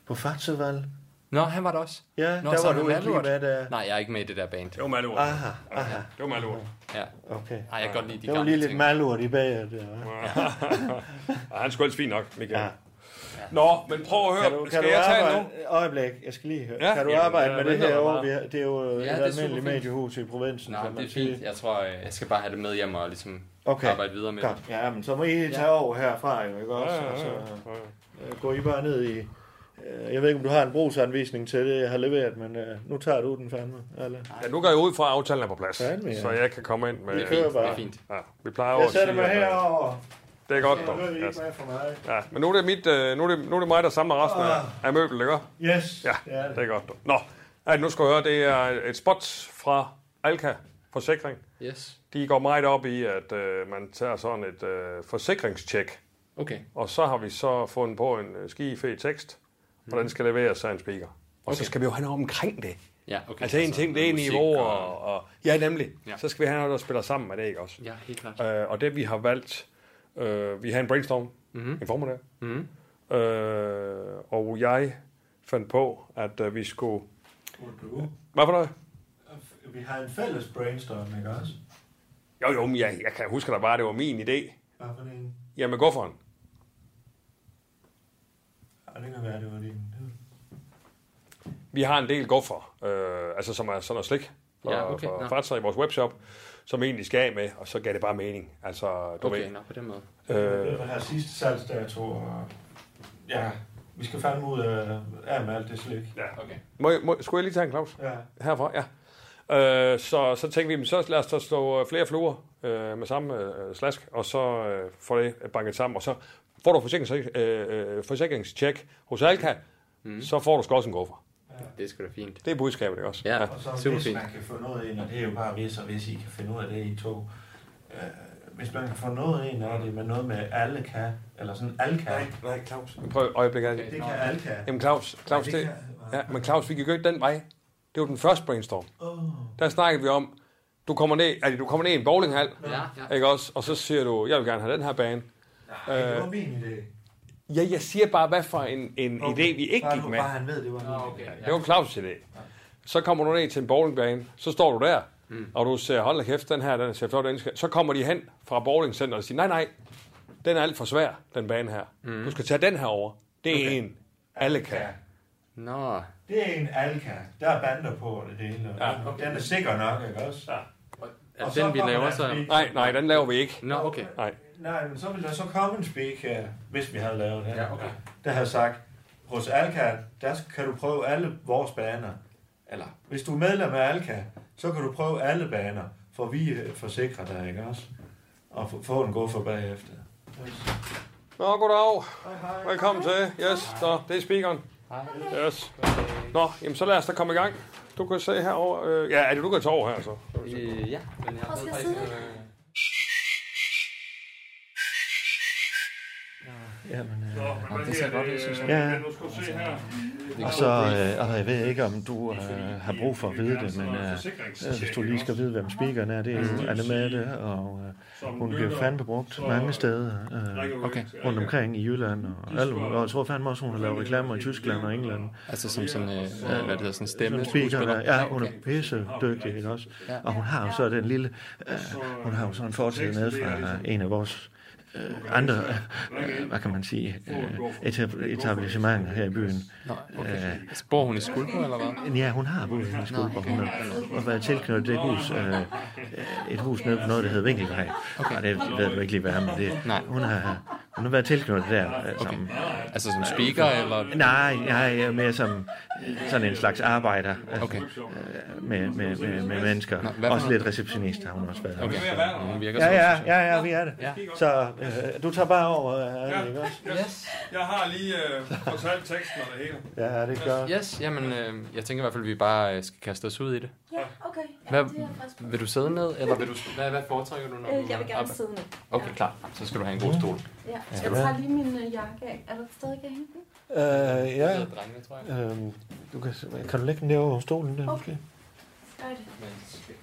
S5: på Fatseval.
S10: Nå, han var der også.
S5: Ja,
S10: Nå,
S5: der
S10: så
S5: var
S10: er han
S5: du ikke
S10: med
S5: lige
S10: i-
S5: der, der.
S10: Nej, jeg er ikke med i det der band.
S4: Det var malurt.
S5: Aha, aha,
S4: Det var malurt.
S10: Ja.
S5: okay.
S10: Ej, jeg kan godt lide de
S5: Det var
S10: gamle
S5: lige lidt
S10: ting.
S5: malurt i bag. Det var.
S4: Ja, han skulle ellers fint nok, Michael.
S5: Ja.
S4: Ja. Nå, men prøv at høre.
S5: Kan du, kan
S4: Skal
S5: du
S4: jeg tale nu?
S5: arbejde, øjeblik, jeg skal lige høre.
S4: Ja.
S5: kan du
S4: Jamen,
S5: arbejde
S4: jeg
S5: med det
S4: venter
S5: her
S4: dig
S5: over?
S4: bare.
S5: Vi har- Det er jo
S10: det
S5: ja,
S10: er
S5: et almindeligt
S10: superfint.
S5: mediehus i provinsen,
S10: Nej,
S5: kan
S10: det
S5: man
S10: er fint.
S5: sige.
S10: Jeg tror, øh, jeg skal bare have det med hjem og ligesom
S5: Okay.
S10: arbejde videre med det.
S5: Godt. Ja, men så må I tage over herfra, jo, ikke også?
S4: Ja, ja,
S5: Og så,
S4: ja,
S5: øh, Går I bare ned i... øh, Jeg ved ikke, om du har en brugsanvisning til det, jeg har leveret, men øh, nu tager du den fandme. Eller?
S4: Ja, nu går jeg ud fra, at aftalen er på plads.
S5: Fandme, ja.
S4: Så jeg kan komme ind med...
S5: Vi kører
S10: Det
S5: bare.
S10: er fint.
S4: Ja, vi plejer over
S5: Jeg sætter mig herover.
S4: øh, Det er godt,
S5: Jeg
S4: dog.
S5: ved ikke,
S4: Yes.
S5: hvad for mig.
S4: Ja, men nu er det, mit, øh, nu er det, nu er det mig, der samler resten
S5: Ah.
S4: af, af møblet, ikke?
S5: Yes,
S4: Ja,
S5: det er det.
S4: det er godt. dog. Nå, ja, nu skal jeg høre, det er et spot fra Alka Forsikring.
S10: Yes.
S4: De går meget op i, at øh, man tager sådan et øh, forsikringstjek,
S10: Okay.
S4: og så har vi så fundet på en øh, ski fed tekst, og den skal leveres af en speaker. Mhm. Og okay. så skal vi jo have noget omkring det.
S10: Ja, okay.
S4: Altså en ting, det er
S10: musik
S4: niveau, og, og, ja nemlig,
S10: Ja.
S4: ja. så skal vi have noget, der spiller sammen med det, ikke også?
S10: Ja, helt klart.
S4: Øh, og det vi har valgt, øh, vi har en brainstorm, mm-hmm. en formiddag. Mm-hmm. Øh, og jeg fandt på, at øh, vi skulle... Hvad for noget?
S5: Vi har en fælles brainstorm, ikke også?
S4: Jo, jo, men jeg, jeg kan huske da bare, det var min idé.
S5: Hvad for en?
S4: Jamen, gufferen.
S5: Ja, det kan være, det var din.
S4: Vi har en del guffer, øh, altså som er sådan noget slik fra,
S10: Ja, okay,
S4: fra
S10: nå.
S4: Fatsa i vores webshop, som vi egentlig skal af med, og så gav det bare mening. Altså, du
S10: Okay,
S4: ved.
S10: nå, på den måde.
S5: Det
S4: Øh,
S5: var her sidste salgsdato, og ja, vi skal fandme ud af, af med alt det slik.
S10: Okay.
S4: må, jeg- må, skulle jeg lige tage en Claus?
S5: Ja.
S4: Herfra, ja. Øh, så, så tænkte vi, men så lad os da slå øh, flere fluer øh, med samme øh, slask, og så øh, få det banket sammen, og så får du forsikrings, øh, øh, forsikringstjek hos Alka, mm. så får du sgu også en guffer.
S10: Det er sgu da fint.
S4: Det er budskabet, ikke også?
S10: Ja,
S5: Og så
S10: super
S5: hvis
S10: fint.
S5: man kan få noget ind, og det er jo bare hvis, og hvis I kan finde ud af det, I to. Øh, hvis man kan få noget ind af det med noget med alle kan, eller sådan alle kan.
S4: Nej, Claus. Prøv et øjeblik, Alka.
S5: Det kan alle kan.
S4: Jamen Claus, Claus
S5: det
S4: det,
S5: kan-
S4: ja, men Claus, vi gik jo ikke den vej. Det var den første brainstorm.
S5: Åh.
S4: Der snakkede vi om, du kommer ned, altså, du kommer ned i en bowlinghal,
S10: Ja, ja.
S4: ikke også? Og så siger du, jeg vil gerne have den her bane. Øh,
S5: Det var min idé.
S4: Ja, jeg siger bare, hvad for en, en okay. idé, vi ikke
S5: Bare
S4: gik
S5: nu-
S4: med.
S5: Bare han ved, det var
S10: Nå,
S5: min idé.
S10: okay.
S4: Det var Claus' idé. Så kommer du ned til en bowlingbane, så står du der, mm. og du ser, hold da kæft, den her, den ser flot ud. Så kommer de hen fra bowlingcenteret og siger, nej, nej, den er alt for svær, den bane her. Mm. Du skal tage den her over. Det er okay. en, alle kan.
S10: Nå,
S5: Det er en alka. Der er bander på og det hele. Ja,
S4: Ja,
S5: okay. Den er sikker nok, ikke også? Ja.
S10: er
S5: Og
S10: det
S5: så
S10: den, vi
S5: kommer
S10: laver
S5: der
S10: så?
S5: en
S4: Nej, nej, den laver vi ikke.
S10: Nå, okay.
S4: Nej.
S5: Nej, men så ville der så komme en speak her, hvis vi havde lavet det.
S10: Ja, okay.
S5: Der havde sagt, hos Alka, der kan du prøve alle vores baner. Eller, hvis du er medlem af Alka, så kan du prøve alle baner, for vi øh, forsikrer dig, ikke også? Og få- få en god for bagefter.
S4: Nå, goddag. Velkommen til. Yes, nå, det er speakeren. Hej. Yes. Nå, jamen så lad os da komme i gang. Du kan se herover. Øh, ja, er det du kan tage over her så?
S10: Øh, ja, men jeg ved faktisk... Øh,
S5: Jamen,
S4: Nå, men
S10: det ser godt ud, synes jeg.
S5: Ja.
S4: Nu skal du se her.
S5: Så, øh, og jeg ved ikke, om du øh, har brug for at vide det, men øh, øh, hvis du lige skal vide, hvem speakeren er, det er jo Anne Mette, og øh, hun bliver fandme brugt mange steder øh,
S10: Okay.
S5: rundt omkring i Jylland, og, alle, og jeg tror fandme også, hun har lavet reklamer i Tyskland og England.
S10: Altså som sådan, øh, hvad hvad det hedder, sådan stemme.
S5: Som speaker,
S10: skuespiller.
S5: ja, hun er pisse dygtig, ikke også? Og hun har jo så den lille, øh, hun har jo sådan en fortid med fra øh, en af vores øh, andre, øh, hvad kan man sige, øh, etab- etablissementer her i byen.
S10: Nå, okay. Altså, bor hun i Skuldborg, eller hvad?
S5: Ja, hun har boet i Skuldborg. Hun har været tilknyttet det hus, øh, et hus nede på noget, der hedder Vinkelvej. Okay. Og det ved du ikke lige, hvad er, men det,
S10: Nej.
S5: hun, har, hun har været tilknyttet der øh, sammen.
S10: Altså som speaker, eller...
S5: Nej, jeg er mere som øh, sådan en slags arbejder øh,
S10: Okay.
S5: med, med, med, med mennesker.
S10: Nå, hvad for
S5: også
S10: noget?
S5: lidt receptionist har hun også været.
S10: Okay, så hun virker
S5: Ja,
S10: som...
S5: ja, ja, ja, vi er det.
S10: Ja.
S5: Så øh, du tager bare over, øh, ikke også?
S10: Yes,
S4: Jeg har lige øh, fortalt teksten og det hele.
S5: Ja, det gør
S10: yes jamen, øh, jeg tænker i hvert fald, at vi bare øh, skal kaste os ud i det.
S7: Ja, okay. Ja,
S10: Hvad,
S7: det er jeg frisk på.
S10: vil du sidde ned, eller vil du, hvad, hvad foretrækker du, når
S7: Øh,
S10: du
S7: Jeg vil gerne
S10: arbejder?
S7: sidde ned.
S10: Okay, klar. Så skal du have en
S4: Mm.
S10: god stol.
S7: Ja. Jeg tager lige min øh, jakke af. Er der stadig kan hænge den?
S5: Øh,
S10: Det
S5: ja,
S10: er drengene, tror jeg.
S5: Øhm, du kan, kan du lægge den der over stolen der måske?
S7: Gør det.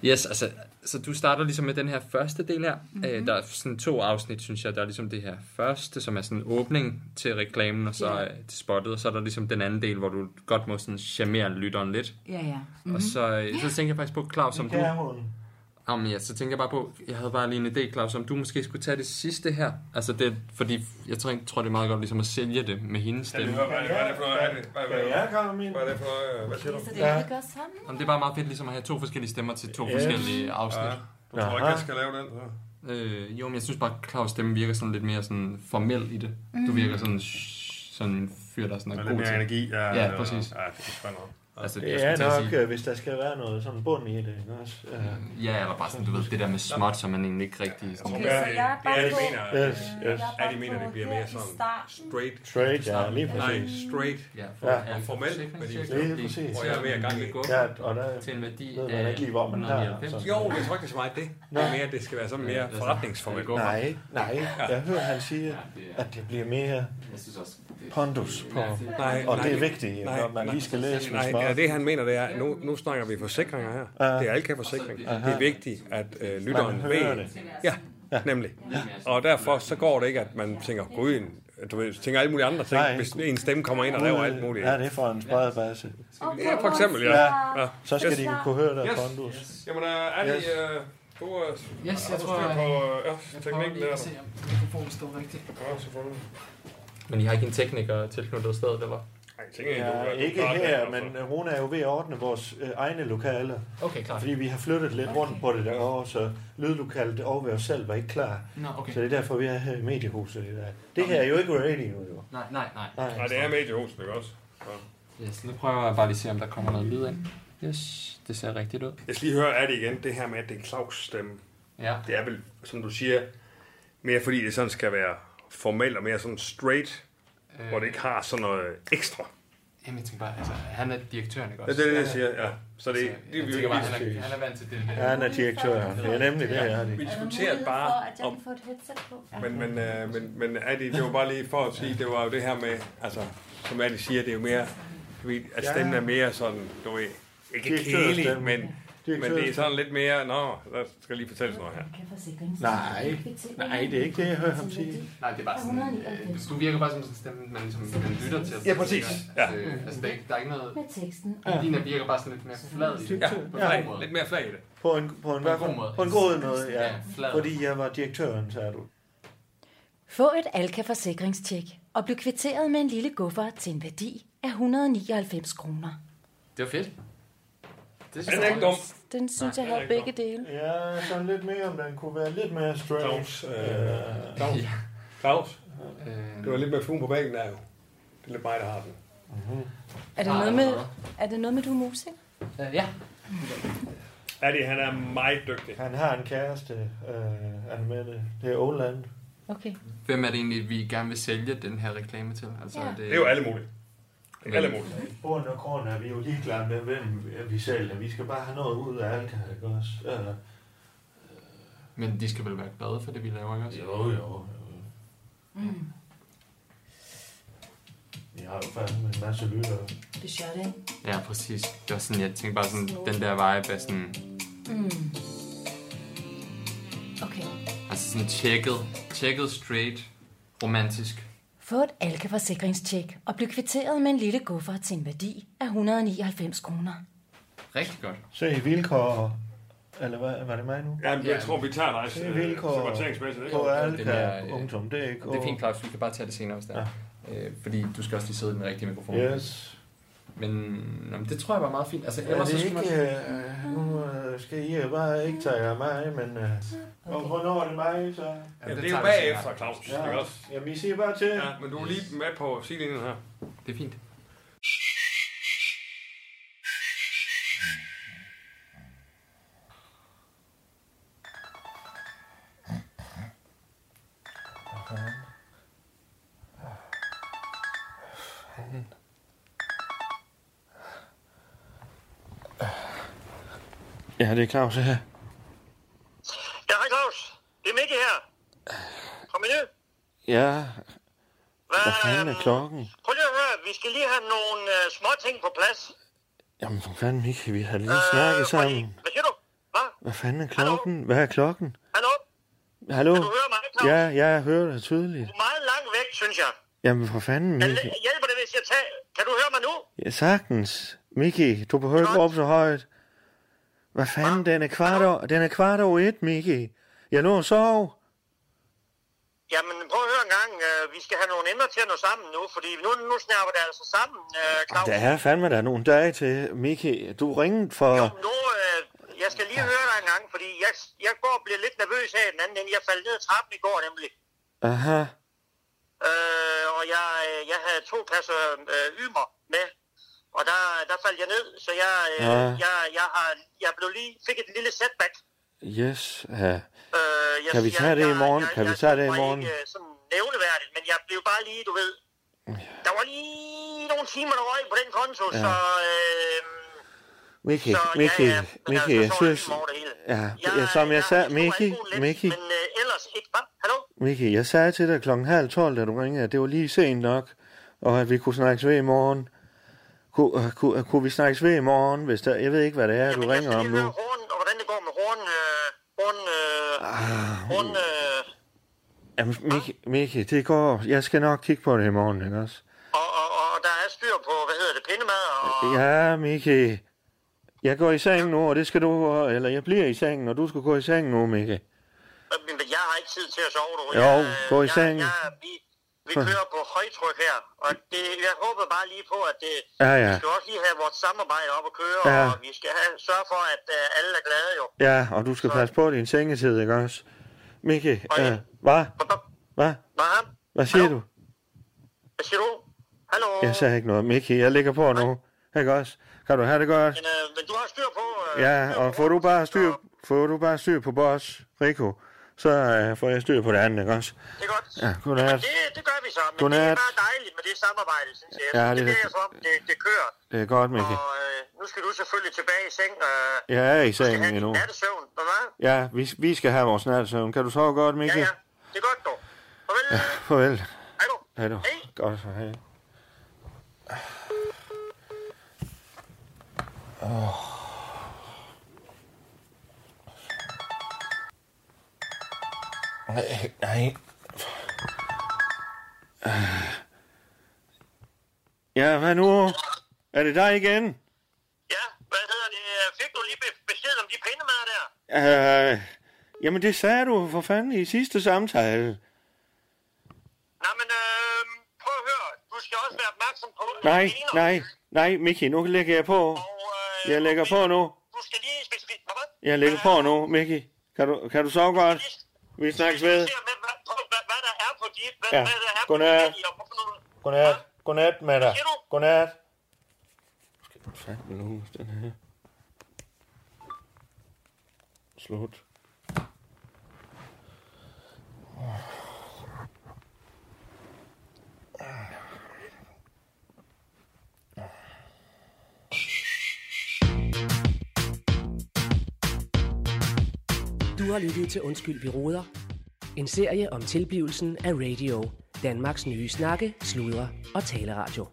S10: Yes, altså, så du starter ligesom med den her første del her. Mm-hmm. Der er sådan to afsnit, synes jeg. Der er ligesom det her første, som er sådan en åbning til reklamen, og så yeah. til spottet, og så er der ligesom den anden del, hvor du godt må sådan charmere lytteren lidt.
S11: Ja, ja.
S7: Mhm.
S10: Mm-hmm. Og så, øh, så tænker jeg faktisk på, Claus, som du...
S5: hun.
S10: Jamen ja, så tænker jeg bare på, jeg havde bare lige en idé, Claus, om du måske skulle tage det sidste her. Altså det, fordi jeg tror, jeg tror det er meget godt ligesom at sælge det med hendes stemme.
S4: Hvad er det- hvad er det for noget? Er det- hvad- hvad-
S5: Ja, kom ind.
S4: Hvad er det for noget? Hvad siger du?
S7: Så det er, vi gør sådan.
S10: Jamen, det er bare meget fedt ligesom at have to forskellige stemmer til to yes. forskellige afsnit.
S4: Ja. Du tror ikke, jeg skal lave den? så?
S10: Øh, jo, men jeg synes bare, at Claus stemme virker sådan lidt mere sådan formel i det. Mm. Du virker sådan, sh- sådan en fyr, der sådan
S4: Med
S10: er
S4: lidt
S10: god
S4: mere
S10: til.
S4: energi.
S10: Ja, præcis.
S4: Ja, det er sgu nok.
S10: Altså,
S5: Det
S10: jeg
S5: er
S10: skulle til at
S5: nok, øh, hvis der skal være noget sådan bund i det, ikke også?
S4: Mm.
S5: Øh,
S10: sige- Ja, eller bare sådan, du ved, det der med småt, som man egentlig ikke rigtig...
S7: Okay,
S4: Ja,
S7: så jeg er
S4: det
S7: bare
S4: er det,
S7: på.
S4: mener.
S5: yes, yes.
S7: Jeg er
S4: Ja,
S7: bare
S4: de mener,
S7: på
S4: det bliver
S7: her
S4: mere
S7: i
S4: sådan
S7: starten.
S4: straight.
S5: Trade, ja, lige
S4: Nej,
S5: præcis.
S4: straight.
S10: Ja,
S5: Ja.
S4: Og formelt, fordi-
S5: Lige præcis.
S4: Hvor jeg er mere gang i.
S5: Ja, og der
S10: Til en værdi
S5: ved man ikke lige, hvor man har.
S10: Så.
S4: Jo, jeg tror ikke, det er så meget det. Det er mere, det skal være sådan mere forretningsformelt.
S10: går
S5: Nej, nej. Jeg hører han sige, at det bliver mere
S10: Jeg synes også, det
S5: pondus på.
S4: Nej,
S5: Og det
S4: nej.
S5: er vigtigt,
S4: Nej,
S5: når man
S4: nej.
S5: lige skal læse med
S4: Nej,
S5: smart.
S4: ja, det han mener, det er, nu, nu snakker vi forsikringer her. Det er Alka Forsikring. Det er vigtigt, at øh, lytteren
S5: Man hører
S4: ved.
S5: det.
S4: Ja, nemlig. Og derfor så går det ikke, at man tænker, gud, en- du ved, tænker alle mulige andre ting,
S5: Nej.
S4: hvis en stemme kommer ind og laver alt muligt.
S5: Ja, det er for en spredebasse.
S4: Ja, for eksempel, ja. ja.
S5: Så skal de kunne høre der
S4: Yes.
S5: pondus.
S4: Jamen, øh, er det...
S5: Yes.
S4: Øh, du øh,
S10: Yes, jeg
S4: har
S10: tror,
S4: styr på
S10: jeg...
S4: øh, ja, teknikken der.
S10: om mikrofonen står rigtigt.
S4: Ja, selvfølgelig.
S10: Men I har ikke en tekniker tilknyttet stedet, eller?
S4: Ej, jeg tænker, du-
S5: Ja,
S4: du
S5: ikke
S4: klarer det,
S5: her,
S4: altså.
S5: men øh, hun er jo ved at ordne vores øh, egne lokaler.
S10: Okay,
S4: Ah.
S10: klart.
S5: Fordi vi har flyttet lidt rundt på det derovre, så lydlokalet over ved os selv var ikke klar.
S10: Nå, okay.
S5: Så det er derfor, vi er her i mediehuset i dag. Det her er jo ikke radio, jo.
S10: Nej, nej, nej.
S4: Nej, det er mediehuset, ikke også?
S10: Yes, nu prøver jeg bare lige at se, om der kommer noget lyd ind. Yes, det ser rigtigt ud.
S4: Jeg skal lige høre, er det igen det her med, at det er Claus stemme?
S10: Ja.
S4: Det er vel, som du siger, mere fordi det sådan skal være formelt og mere sådan straight, øh. hvor det ikke har sådan noget ekstra.
S10: Jamen, jeg tænker bare, altså, han er direktøren, ikke
S4: Ja,
S10: også? Altså,
S4: det er det, jeg siger, ja. Så det, det, det
S10: jeg
S4: vi
S10: tænker
S4: jo
S10: bare,
S4: Altså, bare,
S10: han er, han er vant til det.
S5: Ja, han er direktør. Det er nemlig det, er
S4: vi
S5: det.
S7: Er
S4: diskuterer
S7: der mulighed for,
S4: bare
S7: at jeg
S4: om,
S7: kan få et headset på?
S4: men, men, øh, men, men Adi, det var bare lige for at sige, det var jo det her med, altså, som Adi siger, det er jo mere, du ved, at stemmen er mere sådan, du ved, ikke kedelig,
S5: Direktørstemme.
S4: men, men det er sådan lidt mere, nå, der skal lige fortælles noget her.
S7: Kan forsikrings-
S5: Nej. Nej, det er ikke det, jeg hører ham sige.
S10: Nej, det er bare sådan, øh, du virker bare som sådan en stemme, man, ligesom, man lytter til.
S4: Ja, præcis. Ja.
S10: Øh, altså, der er, ikke, der er ikke noget...
S7: Med teksten.
S10: Din her virker bare sådan lidt mere flad i det.
S4: Ja,
S10: på
S4: flag,
S10: en måde.
S4: lidt mere flag i det.
S5: På en, på en,
S10: På en god måde.
S5: på en god måde, ja.
S10: flad.
S5: Fordi jeg var direktøren, sagde du.
S11: Få et Alka-forsikringstjek og bliv kvitteret med en lille guffer til en værdi af 199 kroner.
S10: Det var fedt. Det
S4: Den er ikke dum.
S11: Den synes jeg havde begge dele.
S5: Ja, sådan lidt mere, om den kunne være lidt mere
S4: Claus,
S5: strange.
S4: øh,
S5: Øh,
S4: Claus, Claus,
S10: Øh,
S4: Det var lidt med fluen på væggen der jo. Det er lidt mig, der har den.
S11: Er det,
S10: Ah,
S11: noget
S10: der
S11: med,
S10: var
S11: er det noget med, du er musiker?
S10: øh, ja.
S4: Adi, han er meget dygtig.
S5: han har en kæreste, øh, Anne Mette. Det er Åland.
S11: Okay.
S10: Hvem er det egentlig, vi gerne vil sælge den her reklame til? Altså,
S11: Ja.
S10: er det,
S4: Det er jo alle mulige. Det er alle mulige.
S5: Bund og grund er vi jo ligeglade med, hvem vi sælger. Vi skal bare have noget ud af Alka, ikke også? Øh,
S10: Men de skal vel være glade for det, vi laver, ikke også?
S5: Jo, jo. Vi har jo fandme en masse lyttere.
S11: Det shot, ikke?
S10: Ja, præcis. Det var sådan, jeg tænkte bare sådan, den der vibe er sådan,
S11: Mm. Okay.
S10: altså sådan tjekket, tjekket straight, romantisk.
S11: Få et Alka-forsikringstjek og bliv kvitteret med en lille kuffert til en værdi af 199 kroner.
S10: Rigtig godt.
S5: Se vilkår, eller hvad var det mig nu?
S4: Ja, men jeg tror, vi tager dig,
S5: Se
S4: øh,
S5: vilkår
S4: sorteringsmæssigt, ikke?
S5: på
S10: Den der,
S5: Alka
S10: øh,
S5: Ungdom, det er ikke
S10: Det er
S5: over.
S10: fint, Claus. Vi kan bare tage det senere, hvis det er. Øh, fordi du skal også lige sidde i den rigtige mikrofon.
S5: Yes.
S10: Men, nå, men det tror jeg var meget fint. Altså,
S5: Er
S10: ellers så
S5: det
S10: skulle man...
S5: ikke, øh, nu øh, skal I øh, bare ikke tage af mig, men øh, og hvornår er det mig, så?
S4: Jamen, det er jo bagefter, Claus.
S5: Ja.
S4: Ikke også?
S5: Jamen, I siger bare til.
S4: Ja, men du er lige med på sidelinjen her.
S10: Det er fint.
S5: Ja, det er Claus her.
S12: Ja, hej Claus. Det er Mikke her. Kom ind.
S5: Ja,
S12: Hvad,
S5: hvad fanden er klokken?
S12: Prøv lige at høre, vi skal lige have nogle uh, små ting på plads.
S5: Jamen, for fanden, Mikke, vi har lige snakket sammen.
S12: Øh, Hvad siger du?
S5: Hvad fanden er klokken? Hvad er klokken?
S12: Hallo?
S5: Hallo?
S12: Kan du høre mig, Claus?
S5: Ja, ja, jeg hører dig tydeligt.
S12: Du er meget langt væk, synes jeg.
S5: Jamen, for fanden, Mikke.
S12: Hjælper det, hvis jeg tager... Kan du høre mig nu?
S5: Ja, sagtens. Mikke, du behøver ikke råbe så højt. Hvad fanden, den er kvart over, den er kvart over et, Mikke. Jeg lå og sov.
S12: Jamen, prøv at høre en gang. Uh, vi skal have nogle emner til at nå sammen nu, fordi nu, nu snærper det altså sammen, uh, Claus.
S5: Der er fandme der er nogle dage til, Mikke. Du ringede for...
S12: Nu, øh, jeg skal lige høre dig en gang, fordi jeg, jeg går og bliver lidt nervøs af den anden ende. Jeg faldt ned ad trappen i går nemlig.
S5: Aha.
S12: Øh, og jeg, øh, jeg havde to kasser øh, ymer med, og der, der faldt jeg ned, så jeg, øh,
S5: Ja.
S12: jeg, jeg, har, jeg blev lige, fik et lille setback.
S5: Yes. Ja.
S12: Øh, jeg,
S5: Kan vi tage det i morgen? Kan vi tage det i
S12: var
S5: morgen?
S12: Ikke, øh, sådan nævneværdigt, men jeg blev bare lige, du ved, der var lige nogle timer, der røg på den konto,
S5: Ja.
S12: så øh,
S5: Mikke,
S12: Så, ja,
S5: Mikke,
S12: ja, men altså,
S5: Mikke, jeg
S12: så er det
S5: synes...
S12: film over det hele.
S5: Ja,
S12: Jeg-
S5: ja, som jeg
S12: jeg-
S5: sagde,
S12: jeg tror, jeg
S5: Mikke,
S12: er god lidt,
S5: Mikke,
S12: men øh, ellers ikke bare. Hallo?
S5: Mikke, jeg sagde til dig klokken halv tolv, da du ringede, at det var lige sent nok, og at vi kunne snakkes ved i morgen. Kunne, uh, kunne, uh, kunne vi snakkes ved i morgen, hvis der... Jeg ved ikke, hvad det er, du ringer om nu.
S12: øh, Hun, øh,
S5: Ah, Jamen, Mikke, Mikke, det går... Jeg skal nok kigge på det i morgen, ikke også?
S12: og, og, og der er styr på, hvad hedder det, pindemad og
S5: Ja, Mikke. Jeg går i seng nu, og det skal du... Eller jeg bliver i sengen, og du skal gå i seng nu, Mikke.
S12: Men jeg har ikke tid til at sove, du.
S5: Jo, gå i
S12: jeg,
S5: seng.
S12: Jeg, vi, vi kører på højtryk her, og det, jeg håber bare lige på, at det,
S5: Ja, ja.
S12: vi skal også lige have vores samarbejde op at køre,
S5: Ja.
S12: og vi skal have, sørge for, at uh, alle er glade jo.
S5: Ja, og du skal passe på din sengetid, ikke også? Mikke, øh, hvad? Hvad? Hvad siger du?
S12: Hvad siger du? Hallo?
S5: Jeg sagde ikke noget. Mikke, jeg ligger på nu. Ikke også? Kan du have det godt?
S12: Men, øh, men du har styr på... Øh,
S5: Ja, og får du bare styr, får du bare styr på boss, Rico, så øh, får jeg styr på det andet, ikke også?
S12: Det er godt.
S5: Ja, godnat.
S12: Det, det gør vi så, men
S5: Godnat.
S12: det er bare dejligt med det samarbejde, synes jeg.
S5: Ja,
S12: det
S5: det-
S12: virker som, det, det kører.
S5: Det er godt, Mikke.
S12: Og øh, nu skal du selvfølgelig tilbage i seng. Øh,
S5: Jeg er i
S12: du skal
S5: sengen
S12: have din
S5: endnu.
S12: Nattesøvn, hvad?
S5: Ja, vi, vi skal have vores nattesøvn. Kan du sove godt, Mikke?
S12: Ja, ja. Det er godt, dog. Farvel.
S5: Ja, farvel.
S12: Hej du.
S5: Hej du. Godt, så hej. Åh. Nej, nej. Øh. Ja, hvad nu? Er det dig igen?
S12: Hvad hedder det? Fik du lige be- besked om de pindemad der?
S5: Øh, jamen, det sagde du for fanden i sidste samtale.
S12: Nej, men øh, prøv at høre. Du skal også være opmærksom på... at
S5: Nej,
S12: det ligner-
S5: nej, nej, Mickey, nu lægger jeg på. Jeg lægger på nu.
S12: øh, Du skal lige specifikt... Hvad?
S5: Jeg lægger på nu, Mickey. Kan du, kan du sove godt? Vi snakkes ved. Ja, godnat. Godnat. Godnat, Mette. Godnat. Skal du fandme nu, den her. Slut.
S1: Du har lyttet til Undskyld, vi råder. En serie om tilblivelsen af radio. Danmarks nye snakke, sludre og taleradio.